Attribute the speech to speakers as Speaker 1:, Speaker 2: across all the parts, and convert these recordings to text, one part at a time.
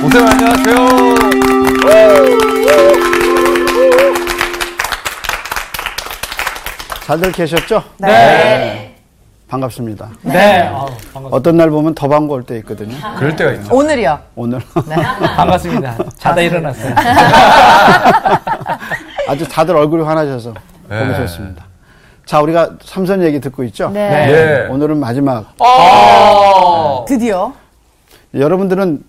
Speaker 1: 선생님 안녕하세요.
Speaker 2: 잘들 계셨죠?
Speaker 1: 네.
Speaker 2: 반갑습니다.
Speaker 1: 네. 아우, 반갑습니다.
Speaker 2: 어떤 날 보면 더 반가울 때 있거든요.
Speaker 1: 그럴 때가 있죠.
Speaker 3: 오늘이요.
Speaker 2: 오늘
Speaker 1: 반갑습니다. 자다 네, 일어났어요.
Speaker 2: 아주 다들 얼굴이 환하셔서 보기 좋습니다. 자, 우리가 삼선 얘기 듣고
Speaker 4: 아,
Speaker 2: 있죠?
Speaker 3: 네.
Speaker 1: 예.
Speaker 2: 오늘은 마지막.
Speaker 3: 드디어.
Speaker 2: 여러분들은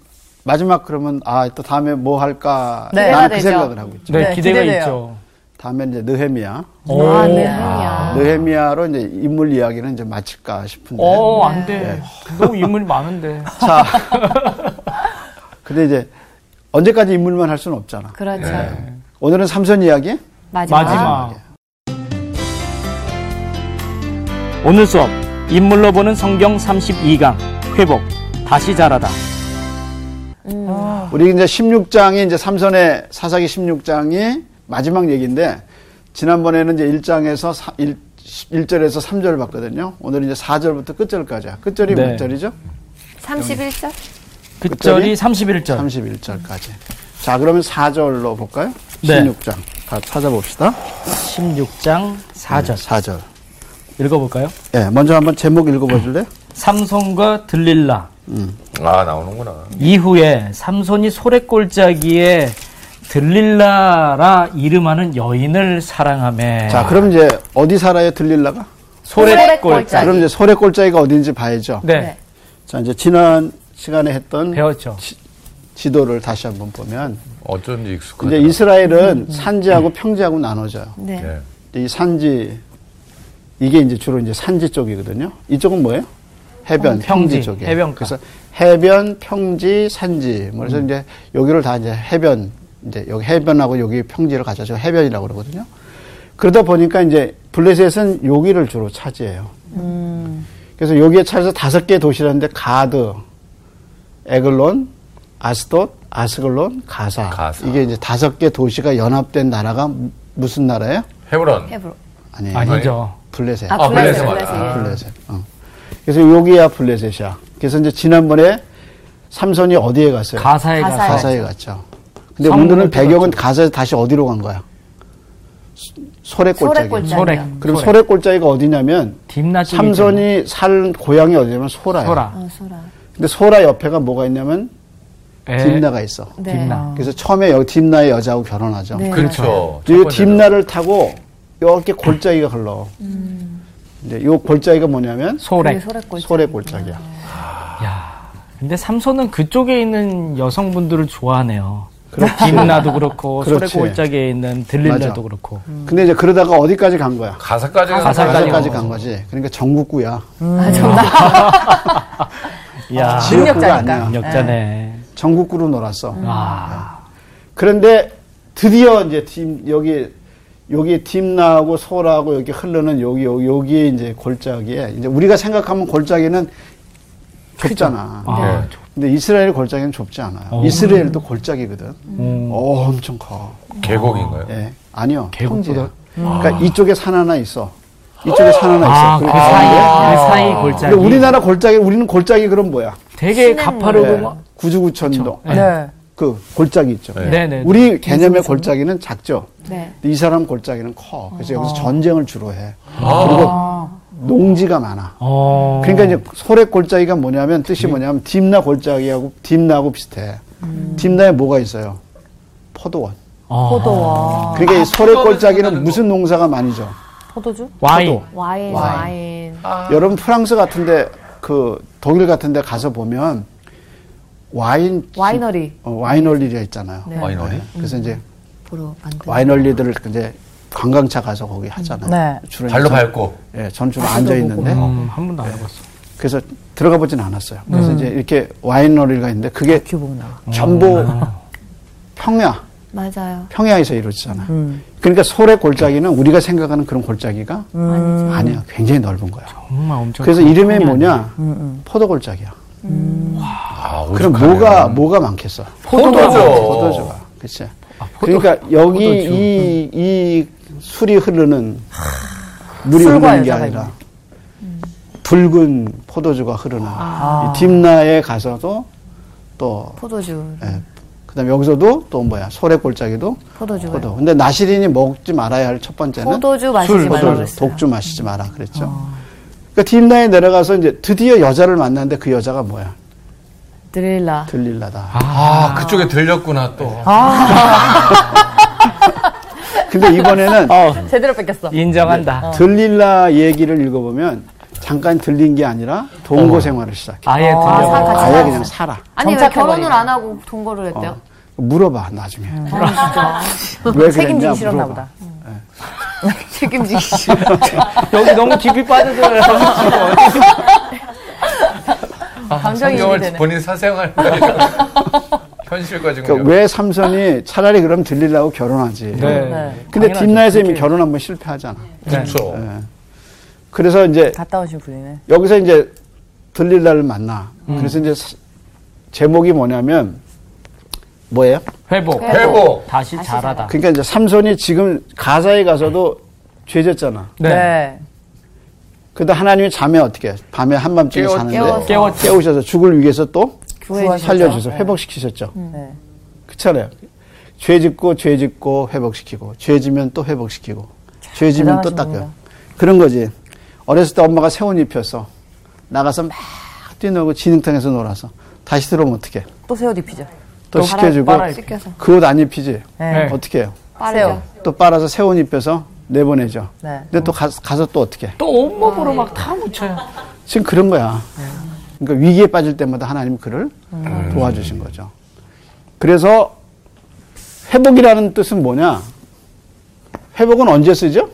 Speaker 2: 마지막 그러면 아, 또 다음에 뭐 할까?
Speaker 3: 네.
Speaker 2: 나는 그
Speaker 4: 기대가 되죠.
Speaker 2: 생각을 하고 있죠.
Speaker 1: 네,
Speaker 3: 네,
Speaker 1: 기대가
Speaker 3: 기대돼요.
Speaker 1: 있죠.
Speaker 2: 다음에 이제 느헤미야.
Speaker 1: 오.
Speaker 4: 아, 네, 흥이야.
Speaker 2: 느헤미야로 이제 인물 이야기는 이제 마칠까 싶은데.
Speaker 1: 오, 어, 안 돼. 너무 인물이 많은데.
Speaker 2: 자. 근데 이제 언제까지 인물만 할 수는 없잖아.
Speaker 4: 그렇죠.
Speaker 5: 네.
Speaker 2: 오늘은 삼선 이야기?
Speaker 4: 마지막.
Speaker 1: 마지막. 오늘 수업 인물로 보는 성경 32강 회복 다시 자라다.
Speaker 2: 우리 이제 16장이 이제 삼선의 사사기 16장이 마지막 얘기인데 지난번에는 이제 1장에서 사, 1, 1절에서 3절을 봤거든요. 오늘은 이제 4절부터 끝절까지야. 끝절이
Speaker 1: 네.
Speaker 2: 몇 절이죠?
Speaker 4: 31절?
Speaker 1: 끝절이 31절.
Speaker 2: 31절까지. 자, 그러면 4절로 볼까요?
Speaker 1: 네.
Speaker 2: 16장. 다 찾아봅시다.
Speaker 1: 16장 4절.
Speaker 2: 4절.
Speaker 1: 읽어볼까요?
Speaker 2: 예, 먼저 한번 제목 읽어보실래요?
Speaker 1: 삼손과 들릴라.
Speaker 5: 아 나오는구나.
Speaker 1: 이후에 삼손이 소래골짜기에 들릴라라 이름하는 여인을 사랑하며
Speaker 2: 자, 그럼 이제 어디 살아요? 들릴라가?
Speaker 1: 소래골짜기.
Speaker 2: 그럼 이제 소래 꼴짜기가 어딘지 봐야죠.
Speaker 1: 네,
Speaker 4: 네.
Speaker 2: 자, 이제 지난 시간에 했던
Speaker 1: 배웠죠.
Speaker 2: 지도를 다시 한번 보면
Speaker 5: 어쩐지 익숙한.
Speaker 2: 이제 이스라엘은 산지하고 평지하고 나눠져요.
Speaker 4: 네.
Speaker 5: 예.
Speaker 2: 이 산지 이게 이제 주로 이제 산지 쪽이거든요. 이쪽은 뭐예요? 해변, 평지,
Speaker 1: 평지,
Speaker 2: 쪽이에요.
Speaker 1: 해변가. 음.
Speaker 2: 그래서 해변, 평지, 산지. 뭐 그래서 이제 여기를 다 이제 해변 이제 여기 해변하고 여기 평지를 가져서 해변이라고 그러거든요. 그러다 보니까 이제 블레셋은 여기를 주로 차지해요.
Speaker 1: 음.
Speaker 2: 그래서 여기에 차서 다섯 개 도시라는데 가드, 에글론, 아스돗, 아스글론, 가사.
Speaker 5: 가사.
Speaker 2: 이게 이제 다섯 개 도시가 연합된 나라가 무- 무슨 나라예요?
Speaker 5: 헤브론.
Speaker 4: 헤브로.
Speaker 1: 네.
Speaker 2: 아니에요.
Speaker 1: 아니죠.
Speaker 2: 블레셋.
Speaker 4: 네. 아, 블레셋,
Speaker 5: 블레셋.
Speaker 4: 블레셋.
Speaker 5: 아.
Speaker 2: 블레셋. 어. 그래서 여기야 블레셋이야. 그래서 이제 지난번에 삼선이 어디에 갔어요?
Speaker 1: 가사에 가사.
Speaker 4: 가사에.
Speaker 2: 가사에 갔죠. 근데
Speaker 1: 성문을
Speaker 2: 오늘은 배경은 가사에서 다시 어디로 간 거야? 소래골짜기.
Speaker 4: 소래골짜기.
Speaker 1: 소래.
Speaker 2: 그럼 소래골짜기가 어디냐면
Speaker 1: 딥나 쪽이죠.
Speaker 2: 삼선이 살 고향이 어디냐면 소라예요.
Speaker 1: 소라.
Speaker 4: 어, 소라.
Speaker 2: 근데 소라 옆에가 뭐가 있냐면
Speaker 1: 에,
Speaker 2: 네. 딥나가 있어.
Speaker 4: 네.
Speaker 1: 딥나.
Speaker 2: 그래서 처음에 여기 딥나의 여자하고 결혼하죠.
Speaker 4: 네.
Speaker 5: 그렇죠. 첫
Speaker 2: 이
Speaker 5: 번째로.
Speaker 2: 딥나를 타고 이렇게 골짜기가 흘러. 이제 이 골짜기가 뭐냐면
Speaker 1: 소래.
Speaker 4: 그게 소래골짜기.
Speaker 2: 소래 골짜기야.
Speaker 3: 아.
Speaker 1: 야, 근데 삼손은 그쪽에 있는 여성분들을 좋아하네요.
Speaker 2: 그렇지.
Speaker 1: 딥나도 그렇고
Speaker 2: 그렇죠. 그렇지.
Speaker 1: 소래골짜기에 있는
Speaker 2: 맞아.
Speaker 1: 들릴라도 그렇고.
Speaker 2: 근데 이제 그러다가 어디까지 간 거야?
Speaker 5: 가사까지 가
Speaker 1: 가사까지
Speaker 2: 가사까지 간 거지. 그러니까 전국구야.
Speaker 1: 야,
Speaker 2: 아, 지역- 지역구가
Speaker 3: 능력자니까.
Speaker 2: 아니야.
Speaker 1: 역자네.
Speaker 2: 전국구로 놀았어.
Speaker 1: 아,
Speaker 2: 그런데 드디어 이제 팀 여기 여기 딥나하고 소라하고 여기 흐르는 여기 여기 여기 이제 골짜기에 이제 우리가 생각하면 골짜기는 좁잖아.
Speaker 5: 네.
Speaker 1: 아,
Speaker 2: 근데 이스라엘 골짜기는 좁지 않아요.
Speaker 1: 어.
Speaker 2: 이스라엘도 골짜기거든.
Speaker 1: 음.
Speaker 2: 어, 엄청 커.
Speaker 5: 계곡인가요?
Speaker 2: 예. 아니요.
Speaker 1: 계곡보다- 음.
Speaker 2: 평지야. 그러니까 이쪽에 산 하나 있어. 이쪽에 산 하나 있어.
Speaker 1: 아, 그
Speaker 2: 네. 그렇죠. 그리고
Speaker 1: 사이,
Speaker 2: 가운데.
Speaker 1: 그 사이
Speaker 2: 근데
Speaker 1: 골짜기.
Speaker 2: 우리나라 골짜기 우리는 골짜기 그럼 뭐야?
Speaker 1: 되게
Speaker 2: 예,
Speaker 1: 가파르고 막-
Speaker 2: 구주구천동
Speaker 3: 네.
Speaker 2: 그 골짜기 있죠.
Speaker 5: 예.
Speaker 1: 네, 네.
Speaker 2: 우리 개념의 골짜기는 작죠.
Speaker 4: 네.
Speaker 2: 근데 이 사람 골짜기는 커. 그래서
Speaker 1: 아.
Speaker 2: 여기서 전쟁을 주로 해. 그리고 농지가 많아.
Speaker 1: 어.
Speaker 2: 그러니까 이제 소래 골짜기가 뭐냐면
Speaker 1: 네.
Speaker 2: 뜻이 뭐냐면 딥나 골짜기하고 딥나하고 비슷해.
Speaker 1: 음.
Speaker 2: 딥나에 뭐가 있어요? 포도원.
Speaker 1: 어.
Speaker 4: 포도와
Speaker 2: 그러니까
Speaker 1: 아,
Speaker 2: 이 소래
Speaker 5: 포도를
Speaker 2: 골짜기는
Speaker 5: 심는다는
Speaker 2: 무슨 농사가 많이죠?
Speaker 4: 포도주?
Speaker 1: 와인.
Speaker 4: 아. 와인, 아, 와인.
Speaker 2: 여러분 프랑스 같은데 그 독일 같은데 가서 보면 와인
Speaker 4: 와이너리
Speaker 2: 어, 와이널리가 있잖아요.
Speaker 4: 네.
Speaker 5: 와이너리?
Speaker 2: 그래서 이제
Speaker 4: 보러 만든.
Speaker 2: 와이널리들을 이제 관광차 가서 거기 하잖아요.
Speaker 3: 네.
Speaker 2: 주로
Speaker 5: 발로
Speaker 2: 이제 전-
Speaker 5: 밟고.
Speaker 2: 예, 전주로 앉아 있는데
Speaker 1: 음, 한 번도 안 해봤어.
Speaker 2: 그래서 들어가 보진 않았어요. 그래서 이제 이렇게 와이너리가 있는데 그게
Speaker 3: 규모나.
Speaker 2: 전부
Speaker 5: 음.
Speaker 2: 평야
Speaker 4: 맞아요.
Speaker 2: 평야에서 이루어지잖아요. 그러니까 소래 골짜기는 우리가 생각하는 그런 골짜기가
Speaker 4: 음.
Speaker 2: 아니야. 굉장히 넓은 거야.
Speaker 1: 정말 엄청.
Speaker 2: 그래서
Speaker 1: 큰
Speaker 2: 이름이
Speaker 1: 형이
Speaker 2: 뭐냐? 포도 골짜기야.
Speaker 5: 아,
Speaker 2: 그럼
Speaker 5: 오죽하네.
Speaker 2: 뭐가 뭐가 많겠어?
Speaker 5: 포도죠.
Speaker 2: 포도주가 음. 그렇죠. 그러니까 여기 이, 이 술이 흐르는 물이
Speaker 3: 술과
Speaker 2: 흐르는 게
Speaker 3: 여자가
Speaker 2: 아니라 붉은
Speaker 4: 아.
Speaker 2: 포도주가 흐르는 이 딥나에 가서도 또
Speaker 4: 포도주.
Speaker 2: 예, 그다음에 여기서도 또 뭐야 소래골짜기도
Speaker 4: 포도주.
Speaker 2: 포도. 근데 나시린이 먹지 말아야 할 첫 번째는
Speaker 4: 포도주 마시지
Speaker 2: 술,
Speaker 4: 말라
Speaker 2: 포도주,
Speaker 4: 그랬어요. 어.
Speaker 2: 독주 마시지 마라 그랬죠. 그러니까 딥나에 내려가서 이제 드디어 여자를 만났는데 그 여자가 뭐야?
Speaker 4: 드릴라.
Speaker 2: 들릴라다.
Speaker 5: 아, 그쪽에 들렸구나, 또.
Speaker 3: 아,
Speaker 2: 근데 이번에는
Speaker 1: 어,
Speaker 4: 제대로 뺏겼어.
Speaker 1: 인정한다.
Speaker 2: 네. 들릴라 얘기를 읽어보면 잠깐 들린 게 아니라
Speaker 1: 어.
Speaker 2: 동거 생활을 시작해.
Speaker 1: 아예
Speaker 4: 아,
Speaker 1: 들려.
Speaker 4: 사- 같이
Speaker 2: 아예
Speaker 4: 살았어.
Speaker 2: 그냥 살아.
Speaker 4: 아니 왜
Speaker 3: 정착해버리네.
Speaker 4: 결혼을 안 하고 동거를 했대요?
Speaker 2: 물어봐 나중에. 왜 그랬냐
Speaker 3: 음, 그러니까. 책임지기 싫었나
Speaker 2: 물어봐. 네.
Speaker 3: 보다. 음.
Speaker 4: 책임지기 싫어.
Speaker 1: 여기 너무 깊이 빠져들어요.
Speaker 5: 아,
Speaker 3: 감정이
Speaker 5: 성경을
Speaker 3: 이해되네.
Speaker 5: 본인 사생활. 현실과 지금.
Speaker 2: 그러니까 왜 삼손이 차라리 그럼 들릴라고 결혼하지.
Speaker 3: 네.
Speaker 2: 근데
Speaker 1: 당연하죠.
Speaker 2: 딥나에서 이미 결혼 한번 실패하잖아.
Speaker 5: 그렇죠.
Speaker 2: 그래서 이제
Speaker 3: 갔다 오신 분이네.
Speaker 2: 여기서 이제 들릴라를 만나.
Speaker 1: 음.
Speaker 2: 그래서 이제 사- 제목이 뭐냐면 뭐예요?
Speaker 1: 회복.
Speaker 2: 네.
Speaker 5: 네. 회복.
Speaker 1: 다시 잘하다.
Speaker 2: 그러니까 이제 삼손이 지금 가자에 가서도 죄졌잖아.
Speaker 3: 네.
Speaker 2: 그다 하나님이 잠에 어떻게 해? 밤에 한밤중에
Speaker 5: 깨워-
Speaker 2: 자는데
Speaker 5: 깨워서.
Speaker 1: 깨웠죠.
Speaker 2: 깨우셔서 죽을 위해서 또
Speaker 3: 구해주셔서.
Speaker 2: 살려주셔서
Speaker 3: 네.
Speaker 2: 회복시키셨죠.
Speaker 3: 네.
Speaker 2: 그렇잖아요. 죄 짓고 죄 짓고 회복시키고 죄 지면 또 회복시키고 죄 지면 또
Speaker 3: 대단하신
Speaker 2: 닦아요.
Speaker 3: 분이다.
Speaker 2: 그런 거지. 어렸을 때 엄마가 새 옷 입혔어. 나가서 막 뛰놀고 진흙탕에서 놀아서 다시 들어오면 어떡해.
Speaker 3: 또 새옷 입히죠.
Speaker 2: 또
Speaker 1: 또 빨아-
Speaker 2: 시켜주고
Speaker 1: 빨아 입-
Speaker 4: 씻겨서.
Speaker 2: 그 옷 안 입히지.
Speaker 3: 네.
Speaker 2: 어떻게 해요?
Speaker 4: 빠르죠.
Speaker 2: 또 빨아서 새 옷 입혀서 내보내죠.
Speaker 3: 네.
Speaker 2: 근데 또 가, 서또 어떻게 해?
Speaker 1: 또 온몸으로 막 다 묻혀요.
Speaker 2: 지금 그런 거야.
Speaker 1: 네.
Speaker 2: 그러니까 위기에 빠질 때마다 하나님 그를
Speaker 1: 음.
Speaker 2: 도와주신 거죠. 그래서 회복이라는 뜻은 뭐냐? 회복은 언제 쓰죠?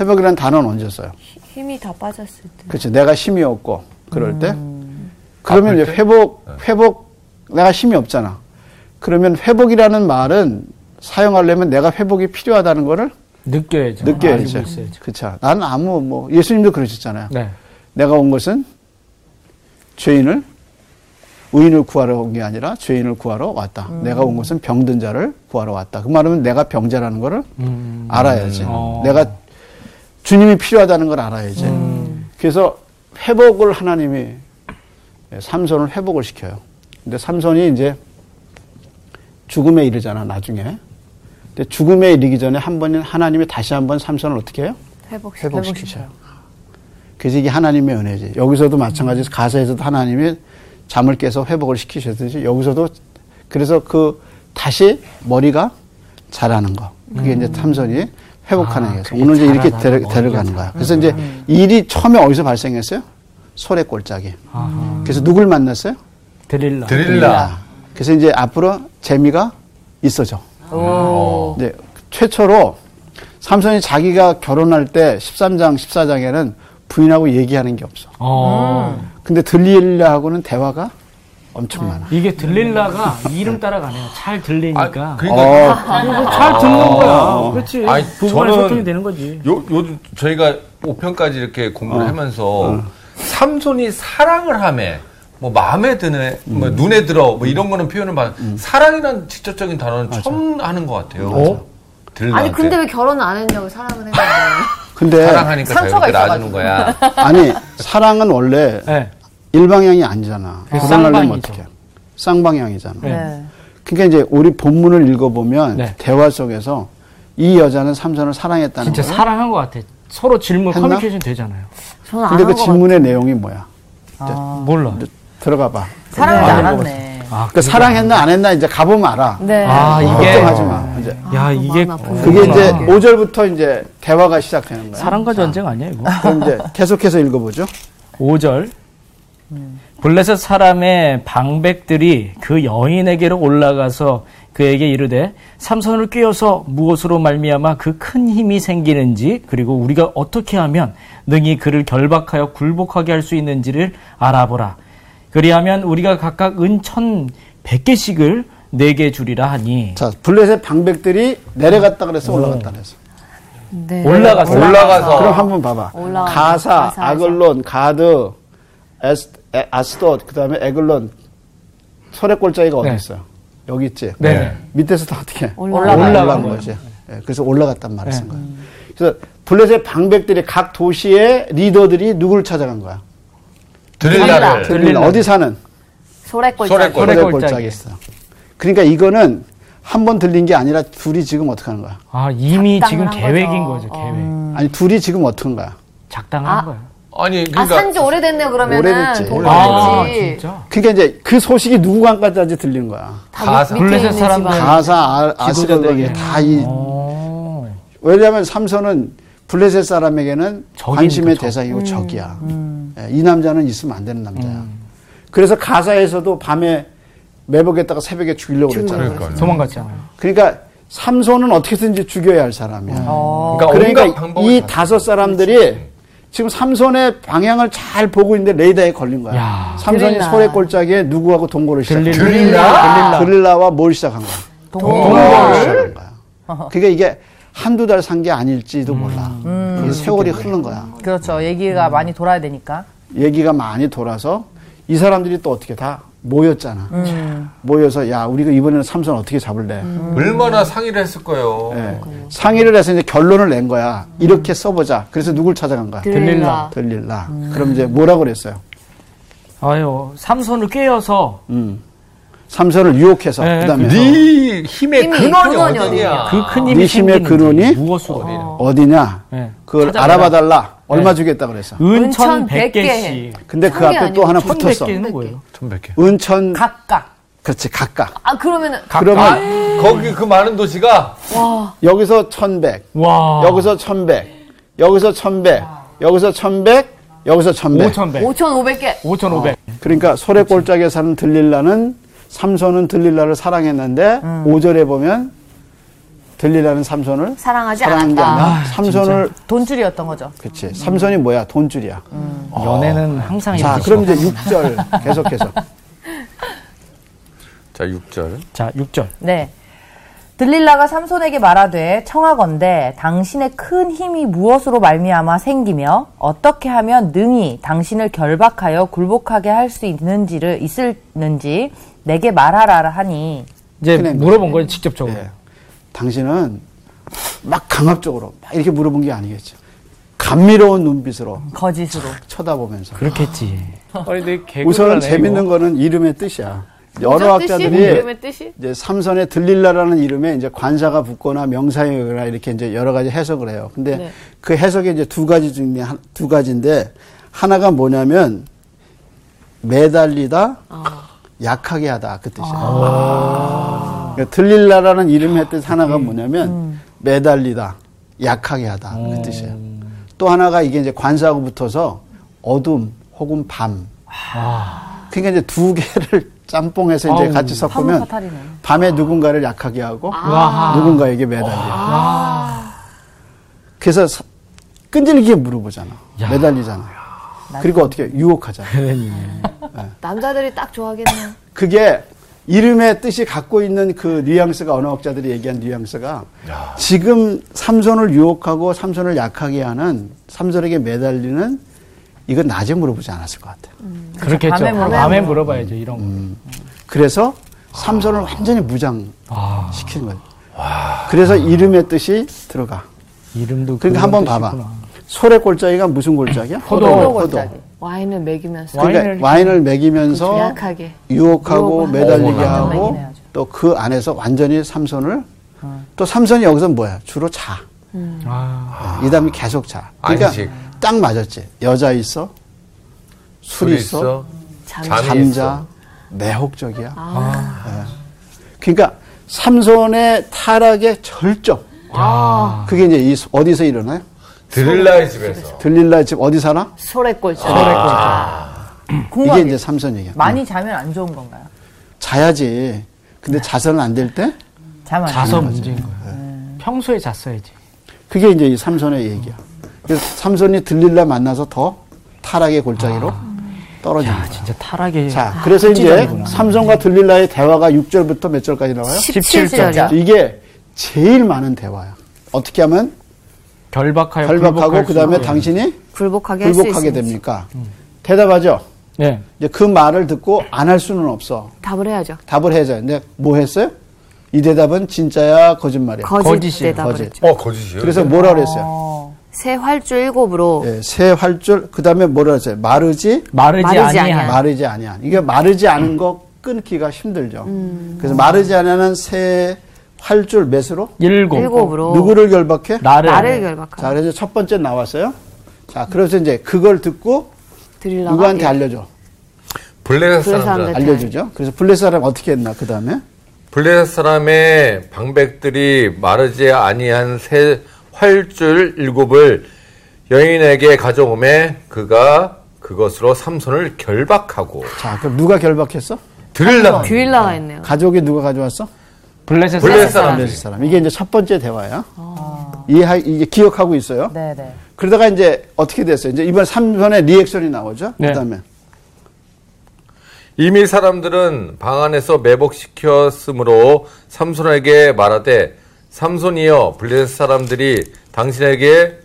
Speaker 2: 회복이라는 단어는 언제 써요?
Speaker 4: 힘이 다 빠졌을 때.
Speaker 2: 그렇죠. 내가 힘이 없고 그럴 때.
Speaker 1: 음.
Speaker 2: 그러면 이제 회복 회복 내가 힘이 없잖아. 그러면 회복이라는 말은 사용하려면 내가 회복이 필요하다는 거를
Speaker 1: 느껴야죠.
Speaker 2: 느껴야죠.
Speaker 1: 알고 있어야죠.
Speaker 2: 그렇죠. 나는 아무 뭐 예수님도 그러셨잖아요.
Speaker 1: 네.
Speaker 2: 내가 온 것은 죄인을 의인을 구하러 온 게 아니라 죄인을 구하러 왔다.
Speaker 1: 음.
Speaker 2: 내가 온 것은 병든 자를 구하러 왔다. 그 말은 내가 병자라는 거를
Speaker 1: 음.
Speaker 2: 알아야지.
Speaker 1: 어.
Speaker 2: 내가 주님이 필요하다는 걸 알아야지.
Speaker 1: 음.
Speaker 2: 그래서 회복을 하나님이 삼손을 회복을 시켜요. 근데 삼손이 이제 죽음에 이르잖아 나중에. 근데 죽음에 이르기 전에 한 번은 하나님이 다시 한 번 삼손을 어떻게 해요?
Speaker 4: 회복시켜.
Speaker 2: 회복시키셔요. 그래서 이게 하나님의 은혜지. 여기서도 마찬가지 가사에서도 하나님이 잠을 깨서 회복을 시키셨듯이 여기서도 그래서 그 다시 머리가 자라는 거. 그게 이제 탐선이 회복하는
Speaker 1: 아,
Speaker 2: 거예요.
Speaker 1: 그게
Speaker 2: 오늘 이제 이렇게
Speaker 1: 자라나는
Speaker 2: 데려,
Speaker 1: 머리가
Speaker 2: 데려가는 거야. 그래서 이제 일이 처음에 어디서 발생했어요? 소래골짜기.
Speaker 1: 아하.
Speaker 2: 그래서 누굴 만났어요? 네.
Speaker 1: 드릴라.
Speaker 5: 드릴라.
Speaker 2: 그래서 이제 앞으로 재미가 있어져.
Speaker 5: 어.
Speaker 2: 네, 최초로 삼손이 자기가 결혼할 때 13장, 14장에는 부인하고 얘기하는 게 없어.
Speaker 1: 어.
Speaker 4: 음.
Speaker 2: 근데 들릴라하고는 대화가 엄청 많아.
Speaker 1: 이게 들릴라가 이름 따라가네요. 잘 들리니까.
Speaker 5: 아,
Speaker 1: 그...
Speaker 2: 어.
Speaker 5: 그러니까
Speaker 1: 잘 듣는
Speaker 2: 아.
Speaker 1: 거야. 그렇지.
Speaker 5: 아니,
Speaker 1: 부부간의
Speaker 5: 저는-
Speaker 1: 소통이 되는 거지.
Speaker 5: 요, 요즘 저희가 5편까지 이렇게 공부를 하면서 삼손이 사랑을 하며 뭐 마음에 드네, 뭐 눈에 들어 뭐 이런 거는 표현을 받 사랑이란 직접적인 단어는 처음 하는 것 같아요. 어? 들릴라한테.
Speaker 4: 아니 근데 왜 결혼을 안 했냐고 사랑을 했는데.
Speaker 2: 근데
Speaker 5: 사랑하니까
Speaker 3: 상처가
Speaker 5: 자유롭게 놔주는 거야.
Speaker 2: 아니 사랑은 원래
Speaker 1: 네.
Speaker 2: 일방향이 아니잖아.
Speaker 1: 그게
Speaker 2: 결혼하려면
Speaker 1: 쌍방이죠.
Speaker 2: 어떻게? 쌍방향이잖아.
Speaker 1: 네.
Speaker 3: 네.
Speaker 2: 그러니까 이제 우리 본문을 읽어보면
Speaker 1: 네.
Speaker 2: 대화 속에서 이 여자는 삼손을 사랑했다는
Speaker 1: 진짜
Speaker 2: 거야.
Speaker 1: 사랑한 것 같아. 서로 질문,
Speaker 2: 했나?
Speaker 1: 커뮤니케이션 되잖아요.
Speaker 4: 저는
Speaker 2: 근데 그
Speaker 4: 안한것 같아요.
Speaker 2: 질문의 내용이 뭐야?
Speaker 1: 몰라.
Speaker 2: 네. 들어가 봐.
Speaker 3: 사랑을 안 하네.
Speaker 1: 아,
Speaker 2: 그 사랑했나 안 했나 이제 가보면 알아.
Speaker 4: 네.
Speaker 1: 아, 이게.
Speaker 2: 걱정하지 마. 이제
Speaker 1: 야, 이게.
Speaker 4: 마음 아프네.
Speaker 2: 그게 이제
Speaker 1: 그렇구나.
Speaker 2: 5절부터 이제 대화가 시작되는 거야.
Speaker 1: 사랑과 전쟁 아니야, 이거?
Speaker 2: 그럼 이제 계속해서 읽어보죠.
Speaker 1: 5절. 블레셋 사람의 방백들이 그 여인에게로 올라가서 그에게 이르되 삼손을 꿰어서 무엇으로 말미암아 그 큰 힘이 생기는지 그리고 우리가 어떻게 하면 능히 그를 결박하여 굴복하게 할 수 있는지를 알아보라. 그리하면 우리가 각각 은천 100개씩을 네개 주리라 하니
Speaker 2: 자, 블레셋 방백들이 내려갔다 그래서 올라갔다 그래서.
Speaker 4: 네.
Speaker 1: 올라가서
Speaker 5: 올라가서.
Speaker 2: 그럼 한번 봐봐.
Speaker 4: 올라가서.
Speaker 2: 가사,
Speaker 4: 가사,
Speaker 2: 아글론, 가드, 에스, 에, 아스돗, 그 다음에 에글론. 소래골짜기가 어디
Speaker 1: 네.
Speaker 2: 있어요? 여기 있지?
Speaker 1: 네.
Speaker 2: 밑에서 다 어떻게 해?
Speaker 4: 올라가요.
Speaker 2: 올라간 거지. 예, 그래서 올라갔단 말을 쓴 거야. 그래서 블레셋 방백들이 각 도시의 리더들이 누구를 찾아간 거야?
Speaker 5: 드릴라를.
Speaker 2: 들릴라. 어디 사는?
Speaker 4: 소래꼴.
Speaker 5: 소래꼴.
Speaker 1: 소래골짜기.
Speaker 2: 소래골짜기 있어. 그러니까 이거는 한 번 들린 게 아니라 둘이 지금 어떻게 하는 거야?
Speaker 1: 아, 이미 지금
Speaker 4: 작당을 한
Speaker 1: 계획인 거죠,
Speaker 4: 거죠. 어.
Speaker 1: 계획.
Speaker 2: 아니 둘이 지금 어떻게 하는 거야?
Speaker 1: 작당한
Speaker 4: 아.
Speaker 1: 거예요.
Speaker 5: 아니
Speaker 4: 아,
Speaker 5: 그러니까
Speaker 4: 산지 오래됐네, 그러면은.
Speaker 2: 오래됐지.
Speaker 4: 돈
Speaker 1: 아,
Speaker 4: 벌지.
Speaker 1: 진짜?
Speaker 2: 그러니까 이제 그 소식이 누구 관까지 들리는 거야?
Speaker 5: 다
Speaker 4: 밑- 밑에
Speaker 1: 블레셋
Speaker 4: 있는
Speaker 1: 사람들.
Speaker 4: 집안.
Speaker 2: 가사 아, 스가들
Speaker 1: 지도자들에게. 어.
Speaker 2: 에 다이
Speaker 1: 오.
Speaker 2: 왜냐하면 삼손은 블레셋 사람에게는
Speaker 1: 적이니까,
Speaker 2: 관심의
Speaker 1: 적. 음.
Speaker 2: 대상이고 적이야. 예, 이 남자는 있으면 안 되는 남자야. 그래서 가사에서도 밤에 매복했다가 새벽에 죽이려고 그랬잖아요.
Speaker 5: 그러니까요.
Speaker 1: 도망갔잖아요.
Speaker 2: 그러니까 삼손은 어떻게든지 죽여야 할 사람이야.
Speaker 1: 어.
Speaker 5: 그러니까 온갖
Speaker 2: 그러니까
Speaker 5: 방법을
Speaker 2: 이
Speaker 5: 다
Speaker 2: 다섯 사람들이 지금 삼손의 방향을 잘 보고 있는데 레이더에 걸린 거야.
Speaker 1: 야.
Speaker 2: 삼손이
Speaker 3: 드릴라.
Speaker 2: 소래 골짜기에 누구하고 동거를 시작한 거야.
Speaker 1: 들릴라?
Speaker 2: 드릴라와 뭘 시작한 거야? 동거를 시작한 거야. 그러니까 이게 한두 달 산 게 아닐지도 몰라. 이 세월이 흐른 거야.
Speaker 3: 그렇죠. 얘기가 많이 돌아야 되니까.
Speaker 2: 얘기가 많이 돌아서 이 사람들이 또 어떻게 다 모였잖아.
Speaker 5: 음.
Speaker 2: 모여서 야 우리가 이번에는 삼손 어떻게 잡을래?
Speaker 5: 음. 얼마나 상의를 했을 거예요.
Speaker 2: 예. 상의를 해서 이제 결론을 낸 거야. 이렇게 써보자. 그래서 누굴 찾아간 거야?
Speaker 1: 들릴라.
Speaker 2: 들릴라. 그럼 이제 뭐라고 그랬어요?
Speaker 1: 아유, 삼손을 꿰어서 그
Speaker 2: 음. 삼손을 유혹해서
Speaker 1: 네,
Speaker 2: 그다음에
Speaker 5: 네 힘의
Speaker 4: 힘이
Speaker 5: 근원이
Speaker 4: 근원이
Speaker 5: 어디냐?
Speaker 1: 그 큰
Speaker 2: 네
Speaker 1: 힘이
Speaker 2: 힘의
Speaker 1: 생기는지
Speaker 2: 근원이
Speaker 1: 무엇으로?
Speaker 2: 어디냐?
Speaker 1: 네.
Speaker 2: 그걸
Speaker 1: 찾아내라.
Speaker 2: 알아봐달라. 얼마
Speaker 1: 네.
Speaker 2: 주겠다 그랬어.
Speaker 1: 은천
Speaker 4: 은천
Speaker 1: 백개
Speaker 4: 백
Speaker 1: 씩 음.
Speaker 2: 근데 그
Speaker 4: 천개
Speaker 2: 앞에 또
Speaker 4: 아니고
Speaker 2: 하나 붙었어.
Speaker 1: 1100개는 뭐예요?
Speaker 5: 천백 개.
Speaker 2: 은천
Speaker 3: 각각.
Speaker 2: 그렇지 각각.
Speaker 4: 아, 그러면은.
Speaker 2: 그러면
Speaker 5: 아, 거기 그 많은 도시가
Speaker 2: 여기서 천백,
Speaker 1: 와.
Speaker 2: 여기서 천백, 여기서 천백, 여기서 천백, 여기서 천백.
Speaker 1: 5,100.
Speaker 4: 5,500개.
Speaker 1: 5,500.
Speaker 2: 그러니까 소래 골짜기에 사는 들릴라는 삼손은 들릴라를 사랑했는데 오절에 보면 들릴라는 삼손을
Speaker 4: 사랑하지
Speaker 2: 사랑한 게
Speaker 4: 않았다.
Speaker 2: 아니라 삼손을
Speaker 3: 돈줄이었던 거죠.
Speaker 2: 그렇지. 삼손이 뭐야? 돈줄이야.
Speaker 1: 연애는 항상
Speaker 2: 자,
Speaker 1: 이렇게
Speaker 2: 그럼 이제 육절 계속해서.
Speaker 5: 자 6절.
Speaker 1: 자, 6절.
Speaker 3: 네. 들릴라가 삼손에게 말하되 청하건대 당신의 큰 힘이 무엇으로 말미암아 생기며 어떻게 하면 능히 당신을 결박하여 굴복하게 할 수 있는지를 있을는지 내게 말하라 하니
Speaker 1: 이제
Speaker 2: 그냥
Speaker 1: 물어본 거예요, 직접적으로.
Speaker 2: 예. 당신은 막 강압적으로 막 이렇게 물어본 게 아니겠죠. 감미로운 눈빛으로
Speaker 3: 거짓으로
Speaker 2: 쳐다보면서.
Speaker 1: 그렇겠지. 아니, 내 개그를
Speaker 2: 우선은 재밌는 거는 이름의 뜻이야. 여러
Speaker 4: 뜻이?
Speaker 2: 학자들이
Speaker 4: 이름의 뜻이?
Speaker 2: 이제 삼선에 들릴라라는 이름에 이제 관사가 붙거나 명사에 의거나 이렇게 이제 여러 가지 해석을 해요. 근데
Speaker 4: 네.
Speaker 2: 그 해석이 이제 두 가지 중에 한- 두 가지인데 하나가 뭐냐면 매달리다, 약하게 하다 그 뜻이에요. 그러니까 들릴라라는 이름의 뜻 하나가 뭐냐면 매달리다, 약하게 하다 그 뜻이에요. 또 하나가 이게 이제 관사하고 붙어서 어둠 혹은 밤. 그러니까 이제 두 개를 짬뽕해서 이제
Speaker 1: 아우,
Speaker 2: 같이 섞으면
Speaker 3: 파문파탈이네.
Speaker 2: 밤에 누군가를 약하게 하고
Speaker 1: 아.
Speaker 2: 누군가에게 매달려. 그래서 사- 끈질기게 물어보잖아.
Speaker 1: 야. 네.
Speaker 2: 매달리잖아. 그리고 어떻게 해요? 유혹하잖아.
Speaker 4: 남자들이 딱 좋아하겠네.
Speaker 2: 그게 이름의 뜻이 갖고 있는 그 뉘앙스가 언어학자들이 얘기한 뉘앙스가 지금 삼손을 유혹하고 삼손을 약하게 하는 삼손에게 매달리는 이건 낮에 물어보지 않았을 것 같아요.
Speaker 1: 그렇겠죠.
Speaker 3: 밤에 물어봐요.
Speaker 1: 밤에 물어봐야죠, 이런 거.
Speaker 2: 음. 그래서 삼손을 완전히 무장시키는 거예요. 그래서 이름의 뜻이 들어가.
Speaker 1: 이름도
Speaker 2: 그러니까 한번 봐봐. 소래 골짜기가 무슨 골짜기야?
Speaker 1: 포도.
Speaker 3: 포도
Speaker 2: 골짜기.
Speaker 3: 골짜기.
Speaker 4: 와인을 먹이면서.
Speaker 2: 그러니까
Speaker 1: 와인을
Speaker 2: 와인을, 먹이면서
Speaker 4: 약하게.
Speaker 2: 유혹하고
Speaker 4: 유혹하고.
Speaker 2: 매달리게
Speaker 3: 완전
Speaker 2: 하고
Speaker 3: 막이네, 아주.
Speaker 2: 또 그 안에서 완전히 삼손을 또 삼손이 여기서 뭐야? 주로 자.
Speaker 1: 아,
Speaker 2: 이 다음에 계속 자. 그러니까
Speaker 5: 안식.
Speaker 2: 딱 맞았지. 여자 있어? 술
Speaker 5: 둘이
Speaker 2: 있어?
Speaker 5: 있어.
Speaker 4: 잠.
Speaker 5: 잠이
Speaker 2: 잠자.
Speaker 5: 있어.
Speaker 2: 매혹적이야.
Speaker 1: 아.
Speaker 2: 예. 그러니까 삼손의 타락의 절정.
Speaker 1: 아,
Speaker 2: 그게 이제 이 어디서 일어나요?
Speaker 5: 드릴라의 집에서.
Speaker 2: 들릴라 집 어디 살아?
Speaker 4: 소래꼴. 아.
Speaker 2: 이게
Speaker 3: 궁금한 게
Speaker 2: 이제 삼손 얘기야.
Speaker 3: 많이 자면 안 좋은 건가요?
Speaker 2: 자야지.
Speaker 1: 네.
Speaker 2: 근데 자서는 안 될 때?
Speaker 3: 자면 안
Speaker 1: 자서
Speaker 3: 좋은
Speaker 1: 문제인 거예요.
Speaker 2: 네.
Speaker 1: 평소에 잤어야지.
Speaker 2: 그게 이제 이 삼손의 얘기야. 그래서 삼손이 들릴라 만나서 더 타락의 골짜기로 떨어지는
Speaker 1: 아. 야,
Speaker 2: 거야.
Speaker 1: 진짜 아, 타락의
Speaker 2: 자, 그래서 이제 삼손과 들릴라의 대화가 6절부터 몇 절까지 나와요?
Speaker 4: 17절.
Speaker 3: 진짜.
Speaker 2: 이게 제일 많은 대화야. 어떻게 하면
Speaker 1: 결박하여
Speaker 2: 결박하고
Speaker 1: 네, 굴복할
Speaker 2: 그 다음에
Speaker 1: 수 있는.
Speaker 2: 당신이
Speaker 4: 굴복하게 할 수
Speaker 2: 굴복하게
Speaker 4: 있습니다.
Speaker 2: 됩니까? 대답하죠.
Speaker 1: 네.
Speaker 2: 이제 그 말을 듣고 안 할 수는 없어.
Speaker 4: 답을 해야죠.
Speaker 2: 답을 해야죠. 근데 뭐 했어요? 이 대답은 진짜야 거짓말이야.
Speaker 4: 거짓
Speaker 1: 거짓이에요.
Speaker 4: 대답을
Speaker 2: 거짓.
Speaker 4: 했죠.
Speaker 5: 어 거짓이에요.
Speaker 2: 그래서 뭐라 그랬어요?
Speaker 4: 새 활주 일곱으로
Speaker 2: 예, 새 활줄 그 다음에 뭐라 그랬어요? 마르지
Speaker 1: 마르지,
Speaker 4: 마르지
Speaker 1: 아니한
Speaker 4: 아니한.
Speaker 2: 마르지 아니야. 이게 마르지 않은 것 끊기가 힘들죠.
Speaker 4: 음.
Speaker 2: 그래서 마르지 않는 새 활줄 몇으로
Speaker 1: 일곱.
Speaker 4: 일곱으로
Speaker 2: 누구를 결박해?
Speaker 1: 나를.
Speaker 4: 나를 음. 결박하고
Speaker 2: 자, 그래서 첫 번째 나왔어요. 자, 그래서 이제 그걸 듣고
Speaker 4: 드릴라가
Speaker 2: 누구한테
Speaker 4: 예.
Speaker 2: 알려줘.
Speaker 5: 블레셋
Speaker 4: 블레셋
Speaker 5: 사람들 아,
Speaker 4: 사람들.
Speaker 2: 알려주죠. 그래서 블레스 사람 어떻게 했나 그 다음에
Speaker 5: 블레셋 사람의 방백들이 마르지 아니한 새 활줄 일곱을 여인에게 가져오매 그가 그것으로 삼손을 결박하고
Speaker 2: 자, 그럼 누가 결박했어?
Speaker 5: 들라
Speaker 4: 뷰일라가 있네요.
Speaker 2: 가족이 누가 가져왔어?
Speaker 1: 블레셋
Speaker 5: 블레셋
Speaker 1: 사람.
Speaker 5: 사람.
Speaker 2: 블레스 사람. 이게 이제 첫 번째 대화야. 이해 이게 기억하고 있어요.
Speaker 3: 네, 네.
Speaker 2: 그러다가 이제 어떻게 됐어요? 이제 이번 3번에 리액션이 나오죠.
Speaker 1: 네.
Speaker 2: 그다음에
Speaker 5: 이미 사람들은 방 안에서 매복시켰으므로 삼손에게 말하되 삼손이여 블레셋 사람들이 당신에게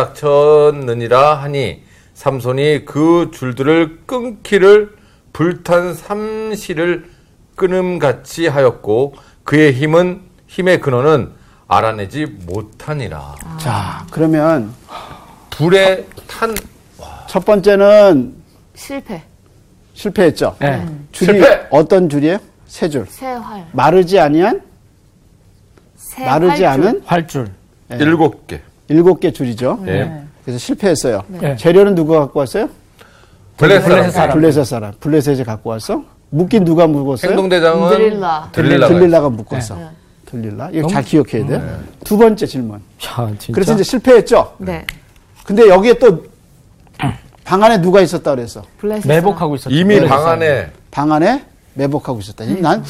Speaker 5: 들이닥쳤느니라 하니 삼손이 그 줄들을 끊기를 불탄 삼시를 끊음같이 하였고 그의 힘은 힘의 근원은 알아내지 못하니라
Speaker 4: 아,
Speaker 2: 자, 그러면
Speaker 5: 불에 탄
Speaker 2: 첫 번째는
Speaker 4: 실패.
Speaker 2: 실패했죠.
Speaker 1: 네.
Speaker 2: 줄이
Speaker 5: 실패!
Speaker 2: 어떤 줄이에요? 세 줄.
Speaker 4: 새 활.
Speaker 2: 마르지 아니한
Speaker 4: 새
Speaker 2: 마르지
Speaker 4: 네, 활줄.
Speaker 2: 않은
Speaker 1: 활줄.
Speaker 5: 네. 일곱 개
Speaker 2: 일곱 개 줄이죠.
Speaker 5: 예.
Speaker 2: 그래서 실패했어요.
Speaker 1: 네.
Speaker 2: 재료는 누가 갖고 왔어요?
Speaker 5: 블레셋
Speaker 1: 블레셋
Speaker 5: 사람
Speaker 2: 블레셋 사람. 블레셋이 갖고 왔어. 묶긴 누가 묶었어요?
Speaker 5: 행동대장은
Speaker 4: 드릴라.
Speaker 5: 드릴라가
Speaker 2: 들릴라가 묶었어. 들릴라. 이거 잘 기억해야 돼. 요두 번째 질문.
Speaker 1: 야, 네. 진짜.
Speaker 2: 그래서 이제 실패했죠.
Speaker 4: 네.
Speaker 2: 근데 여기에 또 방 안에 누가 있었다 그랬어.
Speaker 4: 블레셋
Speaker 1: 매복하고 있었죠.
Speaker 5: 이미
Speaker 1: 블레셋
Speaker 5: 방
Speaker 1: 사람.
Speaker 5: 안에
Speaker 2: 방 안에 매복하고 있었다.
Speaker 1: 음.
Speaker 2: 이난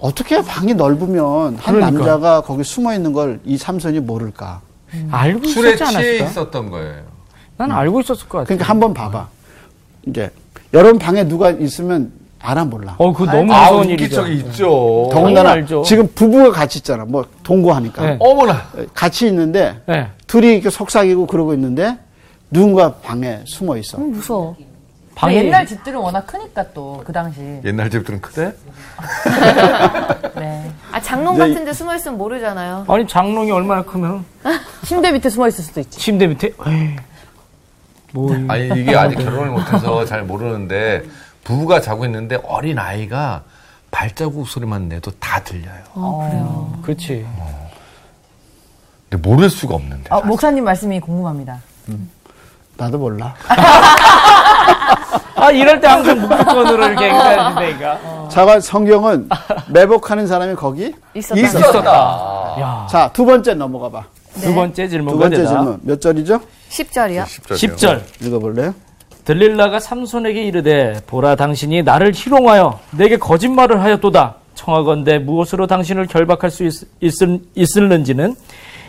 Speaker 2: 어떻게 방이 넓으면 한
Speaker 1: 그러니까.
Speaker 2: 남자가 거기 숨어 있는 걸 이 삼손이 모를까?
Speaker 1: 음. 알고
Speaker 5: 술에
Speaker 1: 있었지
Speaker 5: 취해
Speaker 1: 않았을까?
Speaker 5: 있었던 거예요.
Speaker 1: 난 알고 있었을 것 같아.
Speaker 2: 그러니까 한번 봐봐. 이제 여러분 방에 누가 있으면 알아 몰라.
Speaker 1: 어, 그거 너무
Speaker 5: 아,
Speaker 1: 무서운
Speaker 5: 웃기
Speaker 1: 일이죠.
Speaker 5: 적이 있죠.
Speaker 1: 당연히
Speaker 2: 더군다나
Speaker 1: 알죠.
Speaker 2: 지금 부부가 같이 있잖아. 뭐 동거하니까
Speaker 1: 네.
Speaker 5: 어머나.
Speaker 2: 같이 있는데
Speaker 1: 네.
Speaker 2: 둘이 이렇게 속삭이고 그러고 있는데 누군가 방에 숨어 있어.
Speaker 4: 무서워.
Speaker 1: 방이
Speaker 3: 그 옛날 집들은 워낙 크니까 또 그 당시.
Speaker 5: 옛날 집들은 크대?
Speaker 3: 네.
Speaker 4: 아 장롱
Speaker 2: 이제 이-
Speaker 4: 같은데 숨어 있으면 모르잖아요.
Speaker 1: 아니 장롱이 얼마나 크면
Speaker 3: 침대 밑에 숨어 있을 수도 있지.
Speaker 1: 침대 밑에 에이, 뭐
Speaker 5: 아니, 이게 아직 결혼을 못해서 잘 모르는데, 부부가 자고 있는데 어린 아이가 발자국 소리만 내도 다 들려요.
Speaker 1: 그렇지.
Speaker 5: 근데 모를 수가 없는데.
Speaker 3: 아, 목사님 말씀이 궁금합니다.
Speaker 2: 나도 몰라.
Speaker 1: 아 이럴 때 항상 무조건으로 이렇게 행사하는 데가.
Speaker 2: 자가 성경은 매복하는 사람이 거기.
Speaker 4: 있었다.
Speaker 1: 있었다. 야,
Speaker 2: 자 두 번째 넘어가 봐.
Speaker 1: 두 번째 질문과
Speaker 2: 두 번째
Speaker 1: 대답.
Speaker 2: 질문 몇 절이죠?
Speaker 4: 10절이요?
Speaker 1: 10절.
Speaker 2: 읽어볼래요?
Speaker 1: 들릴라가 삼손에게 이르되 보라 당신이 나를 희롱하여 내게 거짓말을 하였도다 청하건대 무엇으로 당신을 결박할 수 있, 있을, 있을는지는